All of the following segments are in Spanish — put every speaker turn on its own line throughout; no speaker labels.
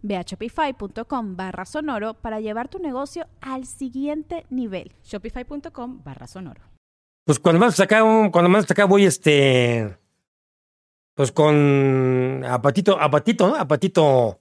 Ve a shopify.com barra sonoro para llevar tu negocio al siguiente nivel.
Shopify.com barra sonoro.
Pues cuando más acá, cuando más acá voy, este. Pues con apatito, apatito, ¿no? Apatito.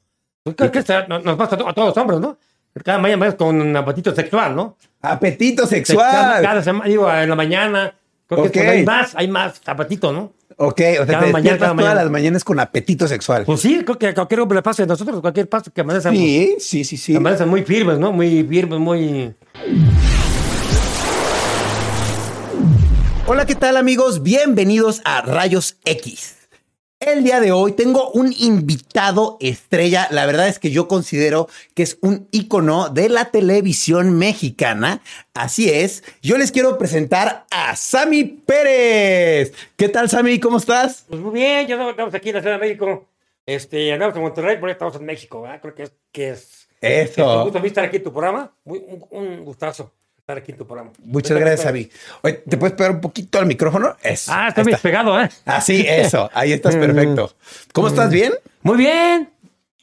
Creo que está, nos pasa a todos los hombres, ¿no? Cada mañana más con un apetito sexual, ¿no?
Apetito sexual. sexual
cada semana, digo, en la mañana. Creo okay. que hay más, hay más apetito, ¿no?
Ok, o sea, cada te mañana, cada todas mañana. las mañanas con apetito sexual.
Pues sí, creo que a cualquier hombre le pasa nosotros, cualquier paso que amanezcan.
Sí, sí, sí, sí.
Amanecen muy firmes, ¿no? Muy firmes, muy...
Hola, ¿qué tal amigos? Bienvenidos a Rayos X. El día de hoy tengo un invitado estrella. La verdad es que yo considero que es un ícono de la televisión mexicana. Así es, yo les quiero presentar a Sammy Pérez. ¿Qué tal, Sammy? ¿Cómo estás?
Pues muy bien, ya estamos aquí en la Ciudad de México. Este, andamos en Monterrey, pero estamos en México, ¿verdad? Creo que es. Que es
Eso.
Es un gusto estar aquí en tu programa. Muy, un, un gustazo estar aquí en tu programa.
Muchas Entonces, gracias, Avi. Oye, ¿te puedes pegar un poquito al micrófono? Eso.
Ah, está bien pegado, ¿eh?
Así, eso. Ahí estás perfecto. ¿Cómo estás? ¿Bien?
Muy bien.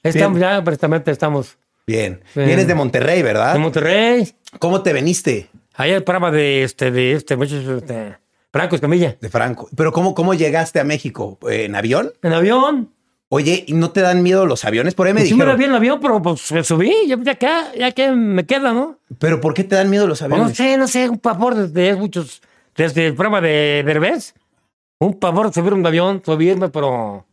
Estamos, bien. ya precisamente estamos.
Bien. bien. Vienes de Monterrey, ¿verdad?
De Monterrey.
¿Cómo te veniste?
Ahí el programa de este, de este, muchachos, este, Franco Escamilla.
De Franco. ¿Pero cómo, cómo llegaste a México? Eh, ¿En avión?
En avión.
Oye, ¿y no te dan miedo los aviones? Por ahí me
pues
dijeron.
Sí, me bien el avión, pero pues me subí, ya, ya, acá, ya que me queda, ¿no?
¿Pero por qué te dan miedo los aviones?
No sé, no sé, un pavor desde muchos, desde el programa de Derbez, un pavor subir un avión, subirme, pero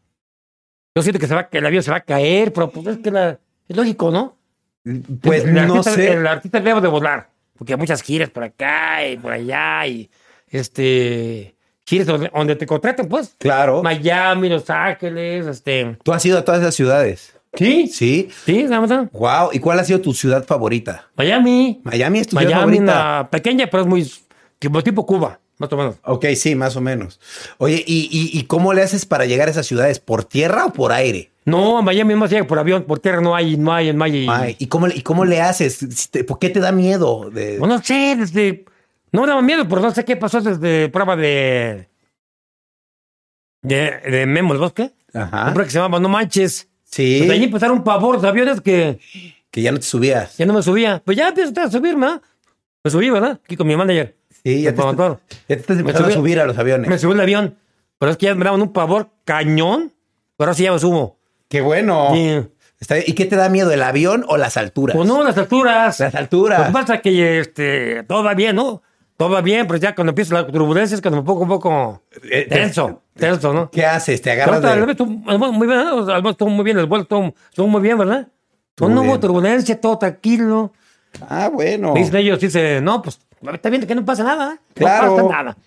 yo siento que, se va, que el avión se va a caer, pero pues es que la, es lógico, ¿no?
Pues
el, el
no
artista,
sé.
El artista debe de volar, porque hay muchas giras por acá y por allá y este giras donde, donde, te contraten, pues.
Claro.
Miami, Los Ángeles, este.
¿Tú has ido a todas esas ciudades?
Sí.
Sí.
Sí, Amazon.
Wow. ¿Y cuál ha sido tu ciudad favorita?
Miami.
Miami es tu
Miami,
ciudad favorita.
Una pequeña, pero es muy tipo, tipo Cuba, más o menos.
Ok, sí, más o menos. Oye, ¿y, y, y cómo le haces para llegar a esas ciudades? ¿Por tierra o por aire?
No, a Miami más llega por avión, por tierra no hay, no hay, no hay.
Ay, ¿y, cómo, ¿Y cómo le haces? ¿Por qué te da miedo? De...
No, no sé, desde. No me daba miedo, pero no sé qué pasó desde prueba de. de, de Memo el Bosque.
Ajá.
Una prueba que se llamaba No Manches.
Ah. Sí.
Desde allí empezaron pavor de aviones que.
Que ya no te subías.
Ya no me subía. Pues ya empiezo a subirme, ¿verdad? Me subí, ¿verdad? Aquí con mi manager.
Sí, ya te, está, ya te, estás empezando subí, a subir a los aviones.
Me subí el avión. Pero es que ya me daban un pavor cañón. Pero ahora sí ya me subo.
¡Qué bueno! Sí. ¿Y qué te da miedo, el avión o las alturas?
Pues no, Pues las alturas.
Las alturas.
Lo que pasa es que este, todo va bien, ¿no? todo va bien, pero ya cuando empiezan las turbulencias, cuando me pongo un poco tenso, tenso, ¿no?
¿Qué haces? ¿Te agarras
pero, de... tú, muy bien, además estuvo muy bien, el vuelo estuvo muy bien, ¿verdad? Todo no hubo turbulencia, todo tranquilo.
Ah, bueno.
Dicen ellos, dice, no, pues, está viendo que no pasa nada,
claro.
no pasa nada.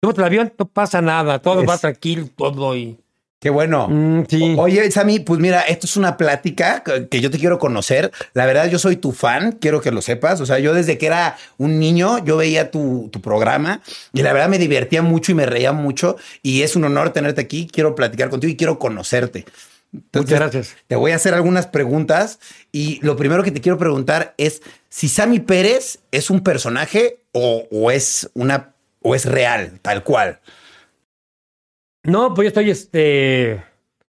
Tú el avión, no pasa nada, todo es... va tranquilo, todo y...
Qué bueno.
Mm, sí.
Oye, Sammy, pues mira, esto es una plática que yo te quiero conocer. La verdad, yo soy tu fan, quiero que lo sepas. O sea, yo desde que era un niño, yo veía tu, tu programa y la verdad me divertía mucho y me reía mucho. Y es un honor tenerte aquí. Quiero platicar contigo y quiero conocerte.
Entonces, Muchas gracias.
Te voy a hacer algunas preguntas y lo primero que te quiero preguntar es si Sammy Pérez es un personaje o, o es una o es real, tal cual.
No, pues yo estoy, este,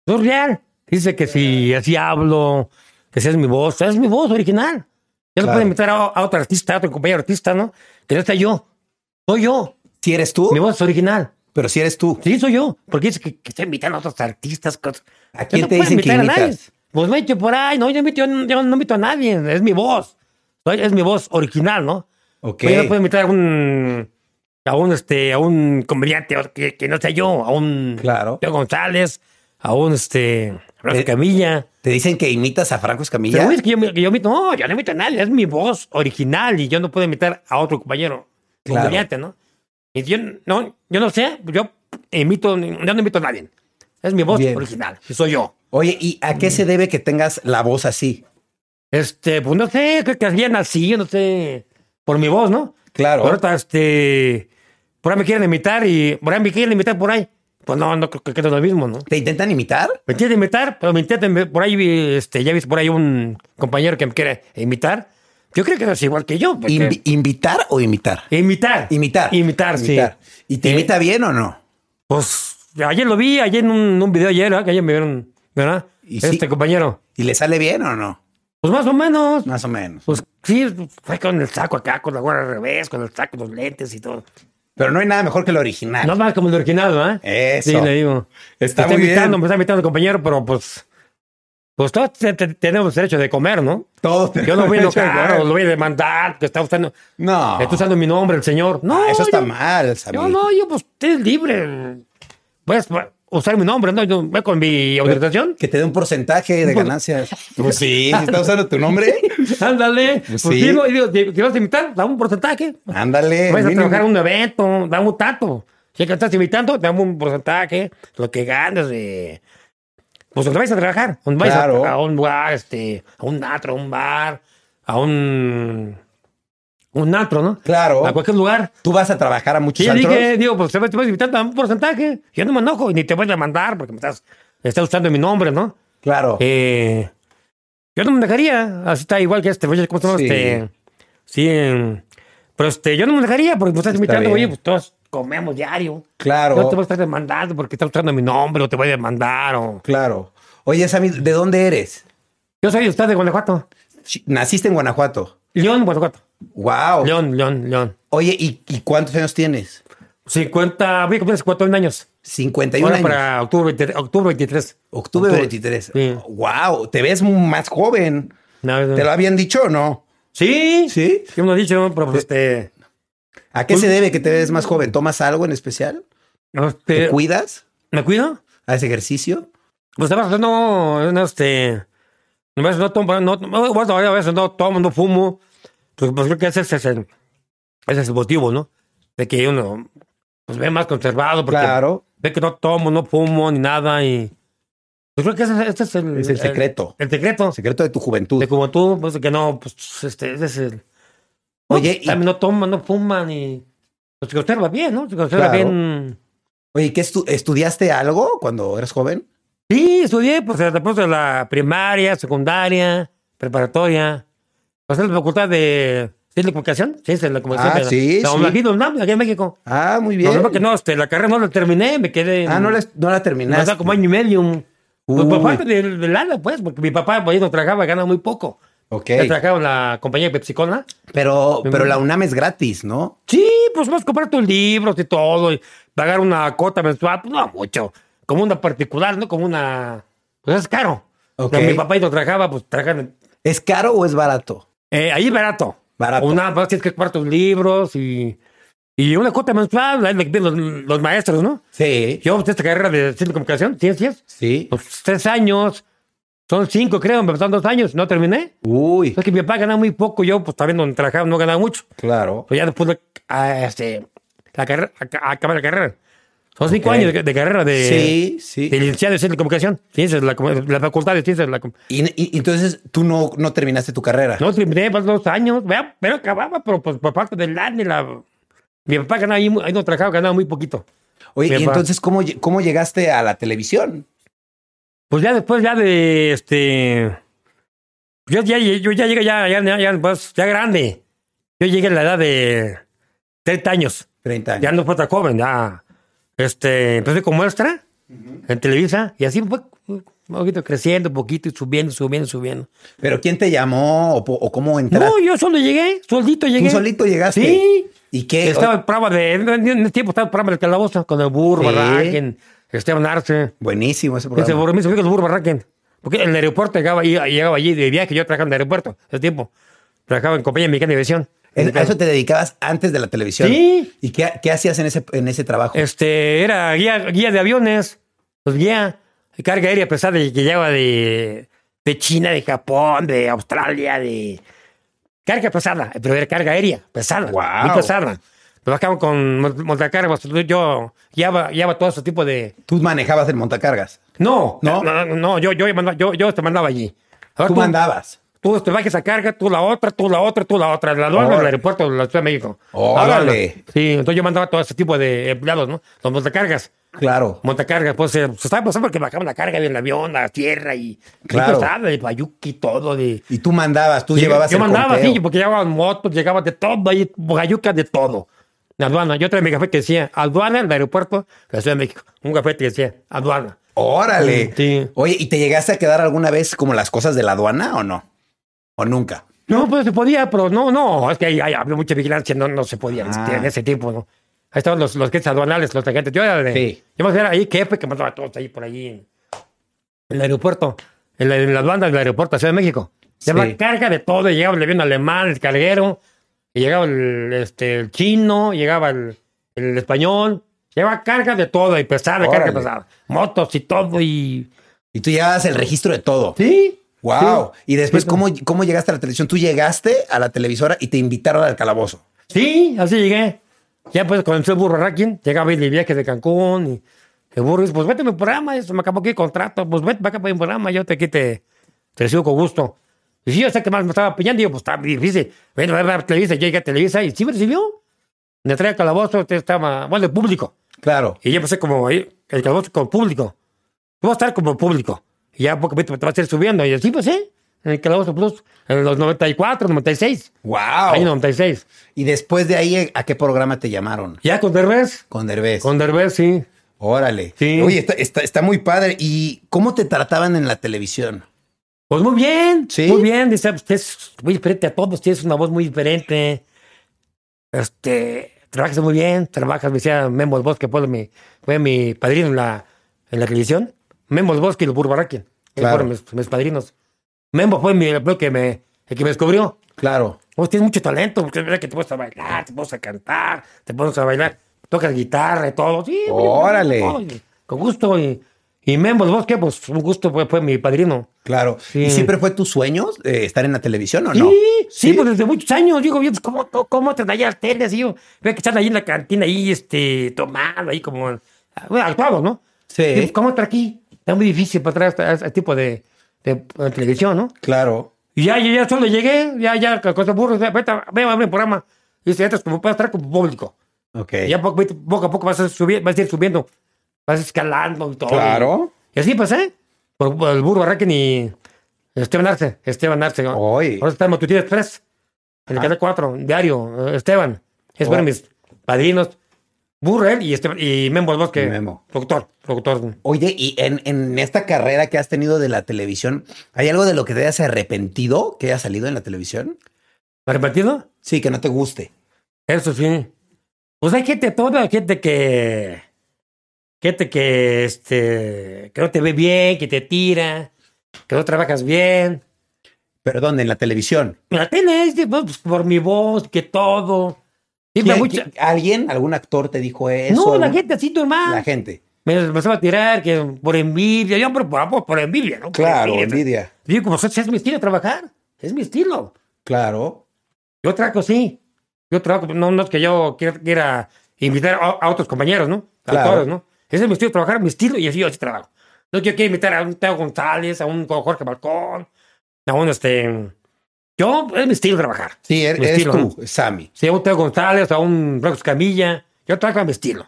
no es real. Dice que si así hablo, que si es mi voz, es mi voz original. Ya lo claro. pueden meter a, a, otro artista, a otro compañero artista, ¿no? Que no está yo. Soy yo.
Si ¿Sí eres tú.
Mi voz es original.
Pero si sí eres tú.
Sí, soy yo. Porque dice que, que estoy invitando a otros artistas. Cosas.
¿A quién no te dicen que invitas?
Pues me he dicho por ahí, no, yo, invito, yo, yo no invito a nadie, es mi voz. Soy, es mi voz original, ¿no?
Ok.
Pues yo no puedo invitar a algún a un, este, a un comediante que, que no sea yo, a un
Claro.
Teo González, a un este, Rafa
Eh,
Camilla.
Te dicen que imitas a Franco Escamilla.
Pero es que yo, que yo imito- no, yo no imito a nadie, es mi voz original y yo no puedo imitar a otro compañero
Claro.
comediante, ¿no? Y yo no, yo no sé, yo imito, yo no imito a nadie. Es mi voz
Bien.
original, y soy yo.
Oye, ¿y a
Mm.
qué se debe que tengas la voz así?
Este, pues no sé, creo que hacían así, yo no sé, por mi voz, ¿no?
Claro.
Pero ahorita, este, por ahí me quieren imitar y por ahí me quieren imitar por ahí. Pues no, no creo que quede lo mismo, ¿no?
¿Te intentan imitar?
Me intentan imitar, pero me intentan, por ahí, vi, este, ya viste por ahí un compañero que me quiere imitar. Yo creo que no es igual que yo. porque-
Invi- ¿Invitar o imitar?
imitar.
Imitar.
Imitar, sí.
Imitar. ¿Y te
Eh,
imita bien o no?
Pues ayer lo vi, ayer en un, un video ayer, ¿eh? que ayer me vieron, ¿verdad?
Y
este
sí.
compañero.
¿Y le sale bien o no?
Pues más o menos.
Más o menos.
Pues sí, fue con el saco acá, con la gorra al revés, con el saco, los lentes y todo.
Pero no hay nada mejor que el original.
No más como el original, ¿verdad?
Ah. Eso.
Sí, le digo.
Está
me está
muy bien.
invitando, me está invitando, compañero, pero pues. Pues todos te- te- tenemos derecho de comer, ¿no?
Todos
Yo no voy a
tenemos
enojar, o
derecho
lo
de-
voy a demandar, que está usando,
No.
está usando mi nombre, el señor. No,
Ah, eso está
yo-
mal,
Yo
Samir.
no, yo pues usted es libre. Puedes pues, usar mi nombre, ¿no? Yo, voy con mi autorización.
Que te dé un porcentaje de ganancias. Pues sí, si está usando tu nombre.
Ándale. Pues
sí.
sí, no, y digo, si si vas a invitar, da un porcentaje.
Ándale.
Vas Pues, a
mínimo.
trabajar en un evento, da un tanto. Si es que estás invitando, te damos un porcentaje, lo que ganas de... Pues donde vais a trabajar, donde vais a-
Claro.
a, un lugar, este, a un atro, a un bar, a un... Un atro, ¿no?
Claro.
A cualquier lugar.
Tú vas a trabajar a muchos
Sí,
antros.
dije, digo, pues te vas te vas invitando a un porcentaje. Yo no me enojo y ni te voy a mandar porque me estás, me estás usando mi nombre, ¿no?
Claro.
Eh, yo no me dejaría. Así está igual que este. Oye, ¿cómo se llama?
Sí.
Este, sí. em, Pero este, yo no me dejaría porque me estás
Está
invitando.
bien.
Oye, pues todos comemos diario.
claro.
No te voy a estar demandando porque estás usando mi nombre o te voy a demandar. O...
Claro. Oye, Samir, ¿de dónde eres?
Yo soy usted de Guanajuato.
Ch- Naciste en Guanajuato.
León, Guanajuato.
Wow.
León, León, León.
Oye, ¿y, y cuántos años tienes?
50, voy a cumplir 51 años.
51
Ahora
años.
para octubre, 23, octubre 23.
Octubre
Octubre.
23.
Sí.
Wow, te ves más joven.
No, no.
¿Te lo habían dicho o no?
Sí,
Sí.
Sí, Pues me lo han dicho, pero pues, este,
¿A qué se debe que te ves más joven? ¿Tomas algo en especial? ¿Te
este,
cuidas?
¿Me cuido?
¿Haces ejercicio?
Pues a veces no, no, este, a veces no tomo, no, no, bueno, a veces no tomo, no fumo. Pues, pues creo que ese es, el, ese es el motivo, ¿no? De que uno pues, ve más conservado porque
Claro.
ve que no tomo, no fumo ni nada y... Pues creo que ese, este es el...
Es el secreto.
El, secreto.
El secreto de tu juventud.
De como tú, pues que no, pues este, ese es el... pues,
Oye, y-
También no toma, no fuma ni... Pues se conserva bien, ¿no? Se conserva
Claro.
bien...
Oye, ¿qué estu- estudiaste algo cuando eras joven?
Sí, estudié, pues después de la primaria, secundaria, preparatoria. Pasé la facultad de Ciencia de Comunicación, Ciencia de la Comunicación.
Ah,
de la-
sí,
la
sí.
UNAM, UNAM, aquí en México.
Ah, muy
Lo
bien.
que pasa que no, este, la carrera no la terminé, me quedé. en-
Ah, no la, no la
me
terminaste.
faltaba como año y medio. Pues
Uy.
por parte del del ala, pues, porque mi papá pues, no trabajaba, ganaba muy poco.
Ok.
Él trabajaba en la compañía Pepsicola.
Pero, pero la UNAM es gratis, ¿no?
Sí, pues vas a comprar tus libros y todo, y pagar una cuota mensual, pues no mucho. Como una particular, ¿no? Como una. Pues es caro.
Ok.
Pero Mi papá y no trabajaba, pues trabajaba en-
¿Es caro o es barato?
Eh, ahí es barato.
Barato.
Una, más tienes que comprar tus libros y, y una cuota mensual, ahí lo que piden los, los maestros, ¿no?
Sí.
Yo, pues, esta carrera de ciencia de comunicación, ciencias,
Sí.
pues tres años, son cinco, creo, me pasaron dos años, no terminé.
Uy,
Es que mi papá ganaba muy poco, yo, pues, también donde trabajaba no ganaba mucho.
claro.
Pero Pues ya después de ah, este, la carrera, aca- acabar la carrera. Son cinco
Ok.
años de, de carrera de,
Sí, sí.
de licenciado en ciencia de comunicación, ciencias, de la, comu- la facultad de ciencias de la comunicación.
Y, y- entonces tú no, no terminaste tu carrera.
No, terminé más dos años, vea, pero acababa, pero pues, por parte del LAN y la... Mi papá ganaba ahí, mu- ahí no trabajaba, ganaba muy poquito.
Oye,
Mi
y
papá.
entonces, ¿cómo, lle- ¿cómo llegaste a la televisión?
Pues ya después ya de, este... Yo ya, yo ya llegué, ya, ya, ya, ya, pues, ya grande. Yo llegué a la edad de 30 años.
30 años.
Ya no fue tan joven, ya... Este, empecé como extra en Televisa y así fue un poquito creciendo, un poquito y subiendo, subiendo, subiendo.
¿Pero quién te llamó o, po- o cómo entraste?
No, yo solo llegué, soldito llegué.
¿Tú solito llegaste?
Sí.
¿Y qué?
Estaba el programa de. En en- en el tiempo estaba el programa del calabozo con el burro,
Sí.
Barraquen, Esteban Arce.
Buenísimo ese
Ese
programa.
burro, mis amigos, el burro Barraquen. Porque en el aeropuerto llegaba, ahí- llegaba allí de viaje, yo trabajaba en el aeropuerto ese tiempo. Trabajaba en compañía mexicana de visión.
¿A eso te dedicabas antes de la televisión?
Sí.
¿Y qué, qué hacías en ese, en ese trabajo?
Este, era guía, guía de aviones, pues guía de carga aérea, a pesar de que llegaba de, de China, de Japón, de Australia, de carga pesada, pero era carga aérea, pesada,
Guau.
muy pesada. Trabajaban con mon- montacargas, yo guiaba, guiaba todo ese tipo de...
Tú manejabas el montacargas.
No,
¿No?
no, no, no, yo, yo, mandaba- yo, yo te mandaba allí. Ahora
Tú mandabas.
Tú te bajas a carga, tú la otra, tú la otra, tú la otra. La aduana
Órale.
del aeropuerto de la Ciudad de México.
Órale.
La aduana. Sí, entonces yo mandaba todo ese tipo de empleados, ¿no? Los montacargas.
Claro.
Montacargas, pues eh, se estaba pasando porque bajaban la carga del avión, la tierra y...
Claro.
Y pesada, de payuqui, todo, de...
Y tú mandabas, tú llevabas
Yo
el
mandaba,
conteo.
sí, porque llegaban motos, llegaban pues, de todo, ahí, payucas de todo. La aduana. Yo traía mi café que decía aduana en el aeropuerto de la Ciudad de México. Un café que decía aduana.
Órale.
Sí.
Oye, ¿y te llegaste a quedar alguna vez como las cosas de la aduana o no? ¿O nunca?
No, pues se podía, pero no, no, es que ahí ahí había mucha vigilancia, no, no se podía en
Ah.
este- en ese tiempo, ¿no? Ahí estaban los, los jefes aduanales, los agentes. Yo era de.
Sí.
Yo más bien era ahí jefe que mandaba a todos ahí por ahí en, en el aeropuerto, en, la, en las bandas del aeropuerto de Ciudad de México. Llevaba
Sí.
carga de todo, y llegaba el avión alemán, el carguero, y llegaba el, este, el chino, llegaba el, el español, llegaba carga de todo y pesada,
Órale.
carga pesada, motos y todo y.
Y tú llevabas el registro de todo.
Sí.
Wow. Y después,
Sí.
¿cómo, ¿cómo llegaste a la televisión? Tú llegaste a la televisora y te invitaron al calabozo.
Sí, así llegué. Ya pues comenzó el burro racking, llegaba el viaje de Cancún y el burro dice, pues vete a mi programa, eso me acabó aquí el contrato, pues vete para acá para mi programa, yo te aquí te, te recibo con gusto. Y sí, yo sé que más me estaba pillando, y yo, pues está difícil, ven a ver la Televisa, yo llegué a Televisa y sí me recibió. Me traía calabozo, usted estaba, bueno, el público.
Claro.
Y yo empecé como ahí, el calabozo con público. Voy a estar como público. Y ya poco a poco te vas a ir subiendo. Y así pues sí, en el calabozo plus, en los 94, 96,
Wow.
ahí 96.
Y después de ahí, ¿a qué programa te llamaron?
Ya con Derbez,
Con Derbez.
Con Derbez, sí.
Órale.
Sí.
Oye, está, está, está muy padre. ¿Y cómo te trataban en la televisión?
Pues muy bien,
Sí.
muy bien. Dice, "Ah, usted es muy diferente a todos, tienes una voz muy diferente. Este, trabajas muy bien, trabajas, me decía Memo el Bosque, fue mi, fue mi padrino en la, en la televisión. Memo el Bosque y el Burbaraki. Ellos
Claro.
fueron mis, mis padrinos. Memo fue mi, el que me, el que me descubrió.
Claro.
Vos tienes mucho talento, porque es verdad que te pones a bailar, te pones a cantar, te pones a bailar, tocas guitarra y todo. Sí, oye,
Órale.
todo, y Con gusto. Y, y Memo el Bosque, pues un gusto, fue, fue mi padrino.
Claro.
Sí.
¿Y siempre fue tu sueño eh, estar en la televisión o
Sí,
no?
sí, pues desde muchos años. Digo, bien, ¿cómo, cómo, cómo te allá al tele? Así, yo, veo que están ahí en la cantina, ahí, este, tomando, ahí como, bueno, actuados, ¿no?
Sí.
Digo, ¿Cómo está aquí? Está muy difícil para traer a este tipo de, de, eh, televisión, ¿no?
Claro.
Y ya, ya, ya solo llegué, ya, ya, con los burros, ya, vete, a- ven a ver el programa. Y dice, entras como, puedes estar como público.
Ok.
Y ya poco, vete, poco a poco vas a, subir, vas a ir subiendo, vas escalando y todo. Y así pasé, por, por el burro Arraquen y Esteban Arce, Esteban Arce. ¿no?
Hoy.
Ahora está en Matutina Express, en el
Ah.
canal 4, diario, eh, Esteban. Es
Oh.
bueno, mis padrinos. Burro él y, Esteban, y Memo el Bosque.
Memo.
Productor, productor.
Oye, y en, en esta carrera que has tenido de la televisión, ¿hay algo de lo que te hayas arrepentido que haya salido en la televisión?
¿Arrepentido?
Sí, que no te guste.
Eso sí. Pues hay gente toda, gente que. Gente que, este, que no te ve bien, que te tira, que no trabajas bien.
Perdón, en la televisión.
La tele es de, pues, por mi voz, que todo. Siempre
¿Quién-
mucha-
qui- ¿Alguien, algún actor te dijo eso?
No, la
¿Algún-
gente así normal.
La gente.
me empezaba a tirar que por envidia, yo por, por, por envidia, ¿no? Por
Claro,
envidia.
envidia.
Digo, como es mi estilo de trabajar, es mi estilo.
Claro.
Yo trabajo así, yo trabajo, no, no es que yo quiera, quiera invitar a, a otros compañeros, ¿no? A
Claro.
todos, ¿no? Ese es mi estilo de trabajar, mi estilo, y así yo así trabajo. No es que yo quiero invitar a un Teo González, a un Jorge Balcón, a un este... Yo, es mi estilo de trabajar.
Sí, er-
Mi
eres
estilo,
tú, Sammy.
Si a un Teo González, a un Blanco Camilla, yo trabajo a mi estilo.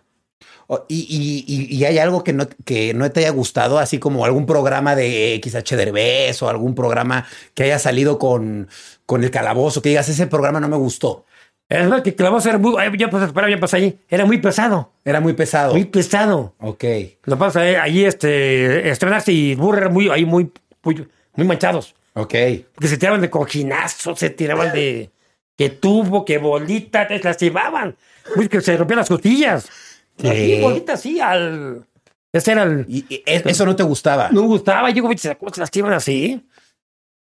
O- Oh, y, y- y- y hay algo que no, que no te haya gustado, así como algún programa de XH Derbez o algún programa que haya salido con, con el calabozo, que digas, ese programa no me gustó.
Es verdad que Clavoso era muy... ay, Ya pasé, espera, ya pasé ahí. Era muy pesado,
Era muy pesado.
muy pesado.
Ok.
Lo pasa ahí, este, estrenarse y Burro eran muy, ahí muy, muy, muy manchados.
Ok.
Porque se tiraban de cojinazo, se tiraban de que tubo, que bolita, te lastimaban. Uy, que se rompían las costillas.
¿Qué?
Así, bolita, así, al. Ese era el.
Y, y es- e, eso no te gustaba.
No me gustaba. Yo, güey, ¿cómo se lastiman así?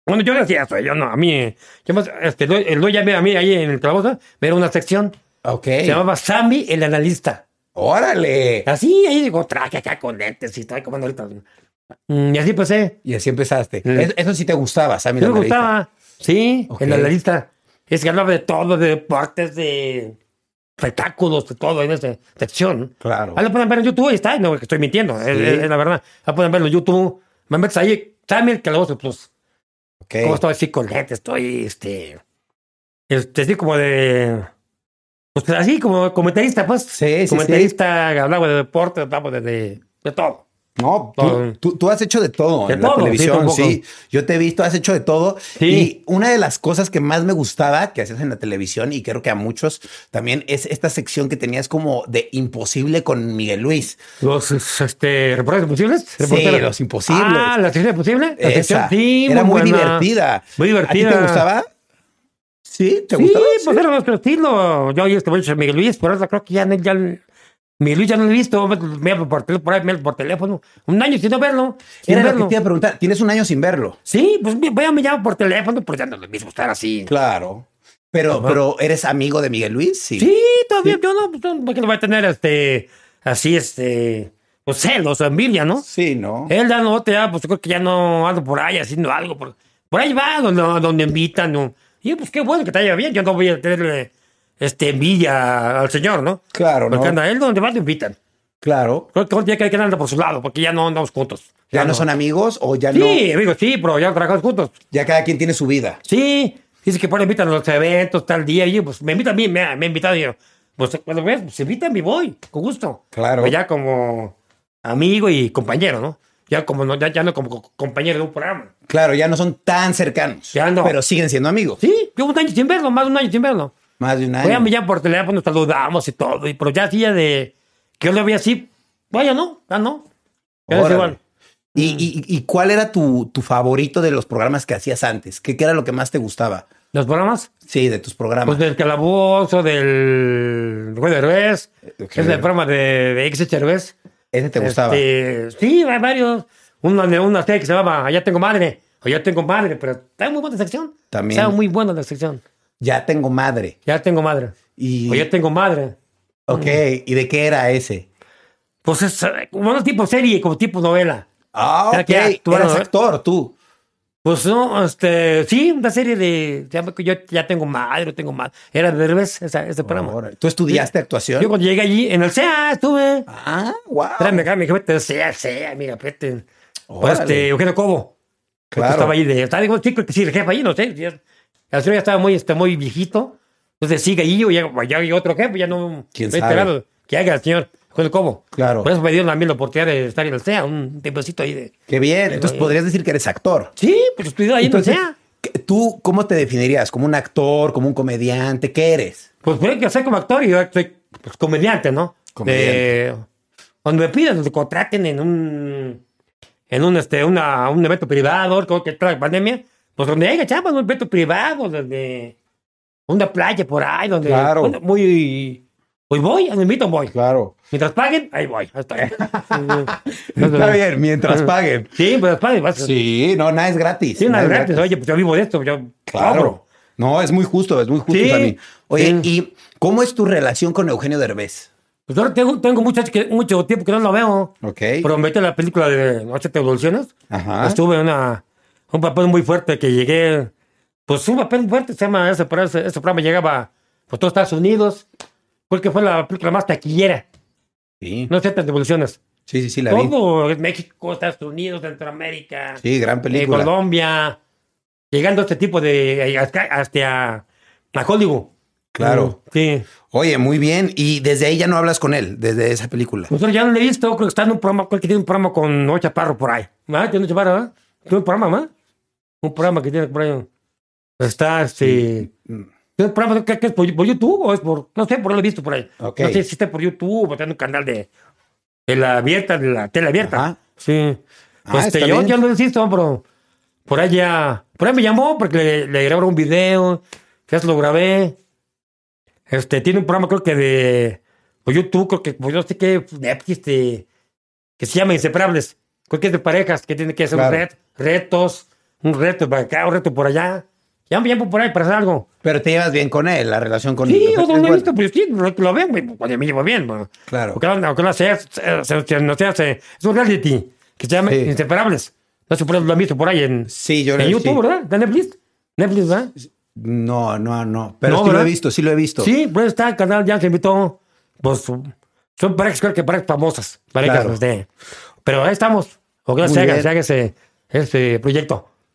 Bueno, yo no hacía eso, yo no, a mí. eh, yo más, este, el, el Loy ya me- a mí ahí en el trabajo, me era una sección.
Ok.
Se llamaba Sammy el analista.
Órale.
Así, ahí digo, traje acá con lentes y tal, como ando ahorita. Mm, y así empecé.
Y así empezaste.
Mm.
Es- Eso sí te gustaba, Sammy.
Sí me
la analista.
gustaba. Sí,
Ok.
el analista. Es que hablaba de todo, de deportes, de espectáculos, de todo en esa sección.
Claro.
Ahí lo pueden ver en YouTube, ahí está, no, que estoy mintiendo, es,
Sí.
es- es la verdad. Ahí pueden verlo en YouTube. Me metes ahí, Sammy el Calabozo Plus.
Ok.
Como pues, estoy así con lentes, estoy, este, este, así como de, pues así como comentarista, pues.
Sí, sí,
Comentarista, hablaba de deporte, hablaba de, de, de todo.
No, tú,
Todo.
tú- tú has hecho de todo
De
en la
todo, sí,
televisión,
tampoco.
sí. Yo te he visto, has hecho de todo.
Sí.
Y una de las cosas que más me gustaba que hacías en la televisión, y creo que a muchos también, es esta sección que tenías como de imposible con Miguel Luis.
Los, es- este, reporteros imposibles. reporteros.
los imposibles.
Ah, la sección imposible. La sección,
Esa
sí,
era muy
buena.
divertida.
Muy divertida.
¿A ti te gustaba? Sí, te
Sí,
gustaba.
pues era nuestro estilo. Yo y este güey, Miguel Luis, por eso creo que ya, ya Miguel Luis ya no lo he visto. Me hablo por teléfono, por, ahí, me hablo por teléfono. Un año sin no verlo. sin
Era lo que
verlo.
te iba a preguntar. Tienes un año sin verlo.
Sí, pues me- voy a me llamo por teléfono, pues ya no es lo mismo estar así.
Claro. Pero,
Ajá.
pero eres amigo de Miguel Luis, sí.
Sí, todavía yo no, pues, no, porque le voy a tener este, así, este, pues celos, o envidia, ¿no?
Sí, ¿no?
Él ya no, te, ya, pues yo creo que ya no ando por ahí haciendo algo. Por, por ahí va, donde, donde invitan. ¿no? Y pues qué bueno que te haya bien, yo no voy a tenerle este, envidia al señor, ¿no?
Claro,
Porque
¿no?
anda, él donde va te invitan.
Claro.
Creo que tiene que que andar por su lado, porque ya no andamos juntos.
¿Ya no son amigos o ya no?
Sí, amigos, sí, pero ya no trabajamos juntos.
Ya cada quien tiene su vida.
Sí, dice que por ahí invitan a los eventos, tal día, y yo, pues me invitan a mí, me, ha- me ha invitado y yo. Pues cuando ves, pues invitan y voy, con gusto.
Claro.
Pues ya como amigo y compañero, ¿no? Ya como no, ya, ya no como co- compañero de un programa.
Claro, ya no son tan cercanos.
Ya no.
Pero siguen siendo amigos.
Sí, yo un año sin verlo, más de un año sin verlo.
Más de un año.
Oye, ya por teléfono nos saludamos y todo, y, pero ya hacía de que yo lo veía así, vaya, no, ya no. Ya es
Órale.
igual.
¿Y, y, y cuál era tu, tu favorito de los programas que hacías antes? ¿Qué, qué era lo que más te gustaba?
Los programas,
Sí, de tus programas.
pues del calabozo, del Rueda de Ruez,
Ok.
es el programa de, de X Cervez.
Ese te gustaba.
Este, sí, hay varios. Una de una serie que se llamaba Allá tengo madre, o Ya tengo madre, pero está muy buena la sección.
También.
Está muy buena la sección.
Ya tengo madre.
Ya tengo madre.
Y,
O ya tengo madre.
ok, ¿y de qué era ese?
Pues es eh, como un tipo serie, como tipo novela.
Ah,
Era
ok.
que actuaba,
Eras
¿eh?
actor, tú.
Pues no, este, sí, una serie de. se llama que Yo ya tengo madre, o tengo madre. Era de revés esa- ese programa.
Ahora, ¿Tú estudiaste actuación?
Yo cuando llegué allí, en el CEA estuve.
Ah, wow.
Espérame acá, mi jefe, sea, sea, mi gafete. O
Órale.
este, Eugenio Cobo. que
Claro.
Estaba ahí de. Estaba digo, sí, creo que sí, el jefe ahí, no sé. si es- El señor ya estaba muy, este, muy viejito. Entonces sigue ahí, o ya, o ya hay otro jefe, ya no.
¿Quién
no he
sabe?
enterado que haga el señor Eugenio Cobo.
Claro.
Por eso me dieron a mí la oportunidad de estar en el CEA, un tiempecito ahí de.
Qué bien. Entonces
ahí.
podrías decir que eres actor.
Sí, pues estudió ahí
Entonces,
en el CEA.
¿qué- ¿tú cómo te definirías? ¿Como un actor? ¿Como un comediante? ¿Qué eres?
Pues puede que sea como actor y yo soy pues, comediante, ¿no?
Comediante.
De- cuando me pidan, me contraten en un en un este una, un evento privado, ahora que está la pandemia, pues donde haya chapas, un evento privado, desde una playa por ahí, donde
Claro.
donde muy pues voy, me invitan voy.
Claro.
Mientras paguen, ahí voy. Ahí estoy.
Está bien, mientras paguen.
Sí, mientras paguen, vas. Sí,
Sí, no, nada es gratis.
sí unas
nada es
gratis. Oye, pues yo vivo de esto, yo
Claro.
cobro.
No, es muy justo, es muy justo
Sí,
también. Oye,
sí.
¿y cómo es tu relación con Eugenio Derbez?
Pues ahora tengo, tengo mucho, que- mucho tiempo que no lo veo.
Ok.
Prometo la película de Noche te evolucionas.
Ajá.
Estuve en una, un papel muy fuerte que llegué. Pues un papel fuerte se llama ese, pero ese, ese programa llegaba por todos Estados Unidos. Porque fue la película más taquillera.
Sí.
No sé, te evoluciones.
sí, sí, sí, la vi.
Todo es México, Estados Unidos, Centroamérica,
Sí, gran
eh,
película.
Colombia. Llegando a este tipo de. hasta, hasta a Hollywood.
Claro.
Sí.
Oye, muy bien. Y desde ahí ya no hablas con él, desde esa película.
Nosotros Pues ya no le he visto, creo que está en un programa, creo que tiene un programa con Noel Chaparro por ahí. ¿Verdad? ¿Tiene un Chaparro, ¿verdad? Tiene un programa, ¿verdad? Un programa que tiene por ahí. Está, este...
Mm.
Tiene un programa, creo que es por, por YouTube o es por... No sé, por lo he visto por ahí.
Ok.
No sé si está por YouTube o tiene un canal de... De la abierta, de la tele abierta.
Ajá.
Sí.
Ah,
este,
está
yo
bien.
ya lo insisto, pero... Por ahí ya... Por ahí me llamó porque le, le grabaron un video. Ya se lo grabé. Este, tiene un programa, creo que de. Por YouTube, creo que. Pues, no sé qué. Netflix, este, de- que se llama Inseparables. Creo que es de parejas, que tiene que hacer un
Claro.
red, retos. un reto para acá, un reto por allá. Ya me llamo por ahí para hacer algo.
Pero te llevas bien con él, la relación con
Sí,
él.
o
es
donde he
buena.
visto, pues sí, lo lo veo, güey, pues, me llevo bien. güey.
Claro.
Aunque no- aunque no sea, se- se- se- no sea, se- es un reality que se llama
Sí.
Inseparables. No sé por lo han visto por ahí en,
Sí, yo
en
sí.
YouTube, ¿verdad? ¿De Netflix? Netflix, ¿verdad?
No, no, no. Pero
No,
sí lo
¿verdad?
he visto, sí lo he visto.
Sí, pues está el canal, ya se invitó. Pues son parejas, creo que parejas famosas. Parejas,
Claro.
pues, de- pero ahí estamos. O que
Muy
se haga,
bien.
se haga ese, ese proyecto.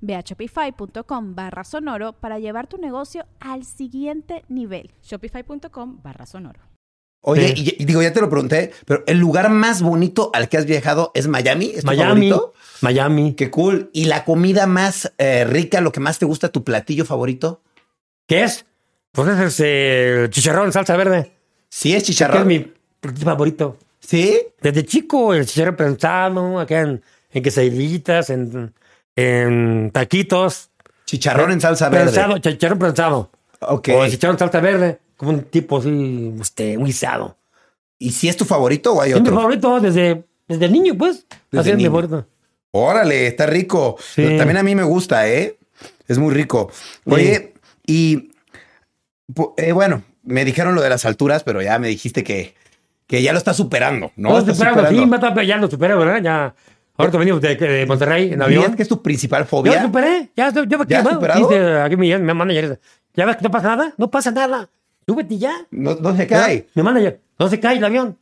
Ve a shopify.com barra sonoro para llevar tu negocio al siguiente nivel.
Shopify.com barra sonoro.
Oye,
Sí.
y, y digo, ya te lo pregunté, pero el lugar más bonito al que has viajado es Miami. ¿Es tu
Miami,
favorito?
Miami.
Qué cool. ¿Y la comida más eh, rica, lo que más te gusta, tu platillo favorito?
¿Qué es? Pues ese es eh, el chicharrón en salsa verde.
Sí, es
Que es
chicharrón.
mi platillo favorito.
Sí.
Desde chico, el chicharrón prensado, acá en, en quesadillitas, en, en taquitos.
Chicharrón en salsa
Prensado,
verde.
chicharrón prensado.
Ok.
O el chicharrón en salsa verde, como un tipo así, este, un guisado.
¿Y si es tu favorito o hay
Es mi
otro?
favorito desde, desde niño, pues.
Desde
Así es mi
niño.
favorito.
Órale, está rico.
Sí.
También a mí me gusta, ¿eh? Es muy rico. Oye, y pu- eh, bueno, me dijeron lo de las alturas, pero ya me dijiste que, que ya lo está superando, ¿no?
No,
Está
superamos, sí,
superando.
mata, pero ya lo superé, ¿verdad? Ya. Ahorita venimos de, de Monterrey en
¿Dirías
avión.
que es tu principal
Ya lo
fobia?
superé, ya, ya, ya,
¿Ya has superado?
dice aquí mi, mi manager, ya ves que no pasa nada, no pasa nada, súbete ya.
No, no se cae.
Mi manager, no se cae el avión.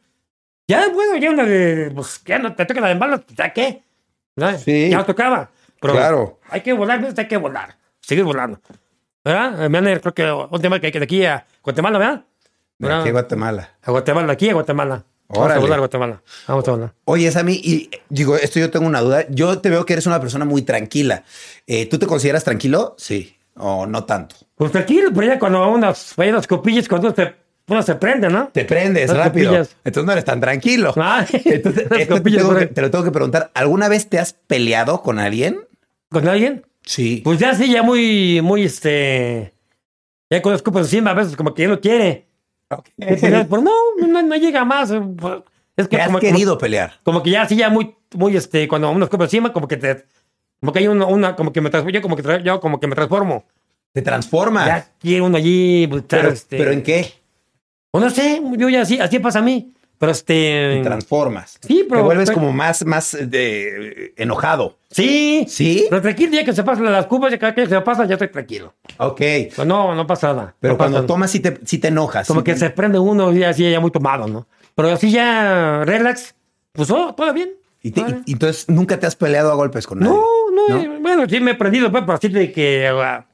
Ya, bueno, ya una de, pues ya no te toca la de balas, ¿ya qué? ¿No?
Sí.
Ya tocaba. Pero
Claro.
Hay que volar, ¿ves? hay que volar, seguir volando. ¿Verdad? Eh, manager, creo que un tema que hay que de aquí a Guatemala, ¿verdad?
De aquí a
¿Verdad?
Guatemala.
A Guatemala, aquí a Guatemala. Vamos
Órale.
a volar a Guatemala. Vamos a volar.
Oye, Sammy, y eh, digo, esto yo tengo una duda. Yo te veo que eres una persona muy tranquila. Eh, ¿Tú te consideras tranquilo? Sí. O no tanto.
Pues tranquilo, pero ya cuando unas, hay unas copillas, cuando se, uno se prende, ¿no?
Te prendes
Las
rápido.
copillas.
Entonces no eres tan tranquilo.
Ah,
Entonces,
las
esto te,
copillas,
tengo que-
güey.
te lo tengo que preguntar. ¿Alguna vez te has peleado con alguien?
¿Con alguien?
Sí.
Pues ya sí, ya muy, muy, este... Ya con los copos encima, a veces como que ya no quiere. Y
Eh,
pues ya, Pero no, no, no llega más. eh, pues, Es que
¿Te has
como,
querido pelear?
como, como que ya sí, ya muy, muy, este... Cuando unos copos encima, como que te... Como que hay una, una como que me transformo, yo como que, tra- yo como que me transformo.
¿Te transformas?
Ya quiere uno allí, pues,
pero,
este...
¿pero en qué?
o no sé, yo ya así, así pasa a mí. Pero este...
Te transformas.
Sí, pero-
Te vuelves
pero-
como más, más eh, de, enojado.
Sí.
¿Sí?
Pero tranquilo, ya que se pasan las cubas, ya que se pasan, ya estoy tranquilo.
Ok.
Pues no, no pasa nada.
Pero
No pasa
cuando
nada.
tomas sí te, sí te enojas.
Como
Sí.
que se prende uno y así ya muy tomado, ¿no? Pero así ya relax, pues oh, todo bien.
Y te- y-
Vale.
y entonces nunca te has peleado a golpes con nadie.
no, no, eh, bueno, sí me he prendido, pues, pero así de que... ah,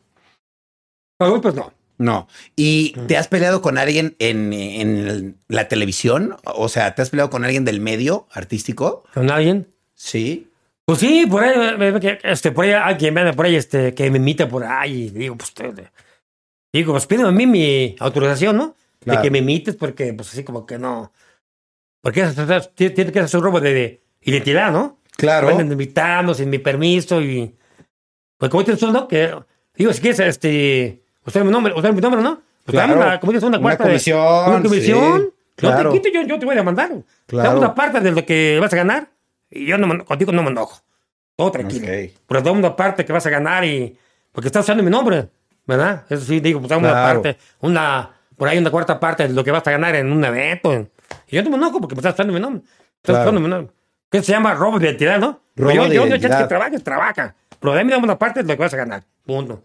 ah, pues no.
No. ¿Y
Mm.
te has peleado con alguien en, en la televisión? O sea, ¿te has peleado con alguien del medio artístico?
¿Con alguien?
Sí.
Pues sí, por ahí, eh, eh, que, este, por ahí alguien me anda por ahí, este, que me imita por ahí, y digo, pues, te- te- digo, pues pídeme a mí mi autorización, ¿no?
Claro.
De que me imites, porque, pues, así como que no. Porque eso- eso- eso- tiene tiene que hacer un robo de, de identidad, ¿no?
Claro.
Van invitando sin mi permiso y. Pues, como tienes uno, que. Digo, si quieres, este. Usar mi nombre, usar mi nombre, ¿no? Pues,
Claro.
dame una, como dices, una
Una
cuarta. de-
comisión,
una comisión.
sí,
Yo
claro.
te quito, yo, yo te voy a demandar.
Claro.
Dame una parte de lo que vas a ganar y yo no me- contigo no me enojo. Todo tranquilo.
Ok.
Pero dame una parte que vas a ganar y. Porque estás usando mi nombre, ¿verdad? Eso sí, digo, pues dame
Claro.
una parte, una. Por ahí una cuarta parte de lo que vas a ganar en un evento. Y yo no me enojo porque me estás usando mi nombre. Estás
Claro.
usando mi nombre. ¿Qué se llama robo de identidad, no?
Robo
yo,
de
yo, no
identidad.
que trabajes, trabaja. Pero dame una parte de lo que vas a ganar. Punto.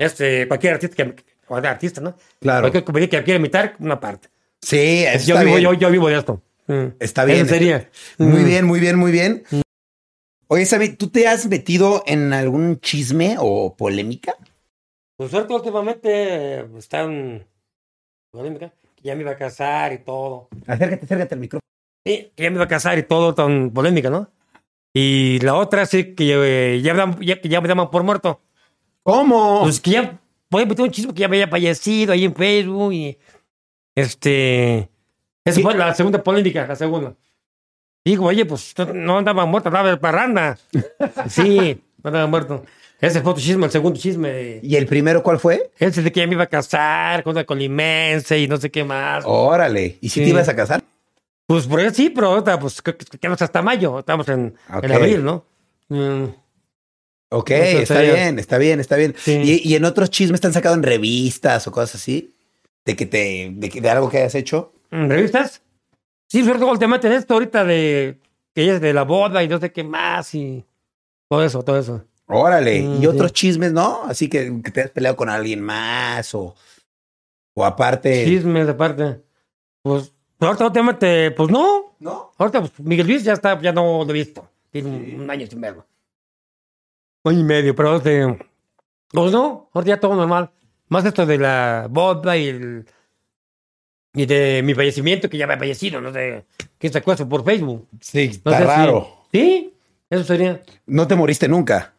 Este, cualquier artista que o artista, ¿no?
Claro.
Cualquier comedia que quiera imitar, una parte.
Sí, eso
Yo
está
vivo,
bien.
yo, yo vivo de esto. Mm.
Está bien.
Eso sería.
Muy
Mm.
bien, muy bien, muy bien. Oye, Sabi, ¿tú te has metido en algún chisme o polémica?
Por Pues, suerte, últimamente eh, están. polémica, que Ya me iba a casar y todo.
Acércate, acércate al micrófono.
Sí, que ya me iba a casar y todo, tan polémica, ¿no? Y la otra, sí, que eh, ya, me dan- ya, que ya me daban por muerto.
¿Cómo?
Pues que ya. Voy a meter un chisme que ya me había fallecido ahí en Facebook y. Este. Esa
Sí.
fue la segunda polémica, la segunda. Digo, oye, pues no, no andaba muerto, andaba de parranda. Sí, no andaba muerto. Ese fue tu chisme, el segundo chisme. de-
¿Y el primero cuál fue?
Ese de que ya me iba a casar con una colimense y no sé qué más.
Oh. Órale. ¿Y si te
Sí.
ibas a casar?
Pues por eso sí, pero ahorita, pues creo que quedamos hasta mayo. Estamos en,
Ok.
en abril, ¿no? Mm,
Ok,
Eso
está
sería.
bien, está bien, está bien.
Sí.
¿Y, y en otros chismes te han sacado en revistas o cosas así? ¿De que te, de, que- de algo que hayas hecho?
mm, ¿Revistas? Sí, sobre todo el tema de esto ahorita de que ella es de la boda y no sé qué más y todo eso, todo eso.
Órale.
Mm,
¿Y
sí.
otros chismes, no? Así que, que te has peleado con alguien más o, o aparte.
Chismes de parte. Pues ahorita el tema te, pues no.
¿No?
Ahorita pues, Miguel Luis ya está, ya no lo he visto. Tiene un- Mm, un, año sin verlo. Un año y medio, pero este, pues no, ahorita ya todo normal. Más esto de la boda y el y de mi fallecimiento, que ya me ha fallecido, no sé, que sacó eso por Facebook.
Sí,
No
está
sé si-
raro.
¿Sí? Eso sería.
No te moriste nunca.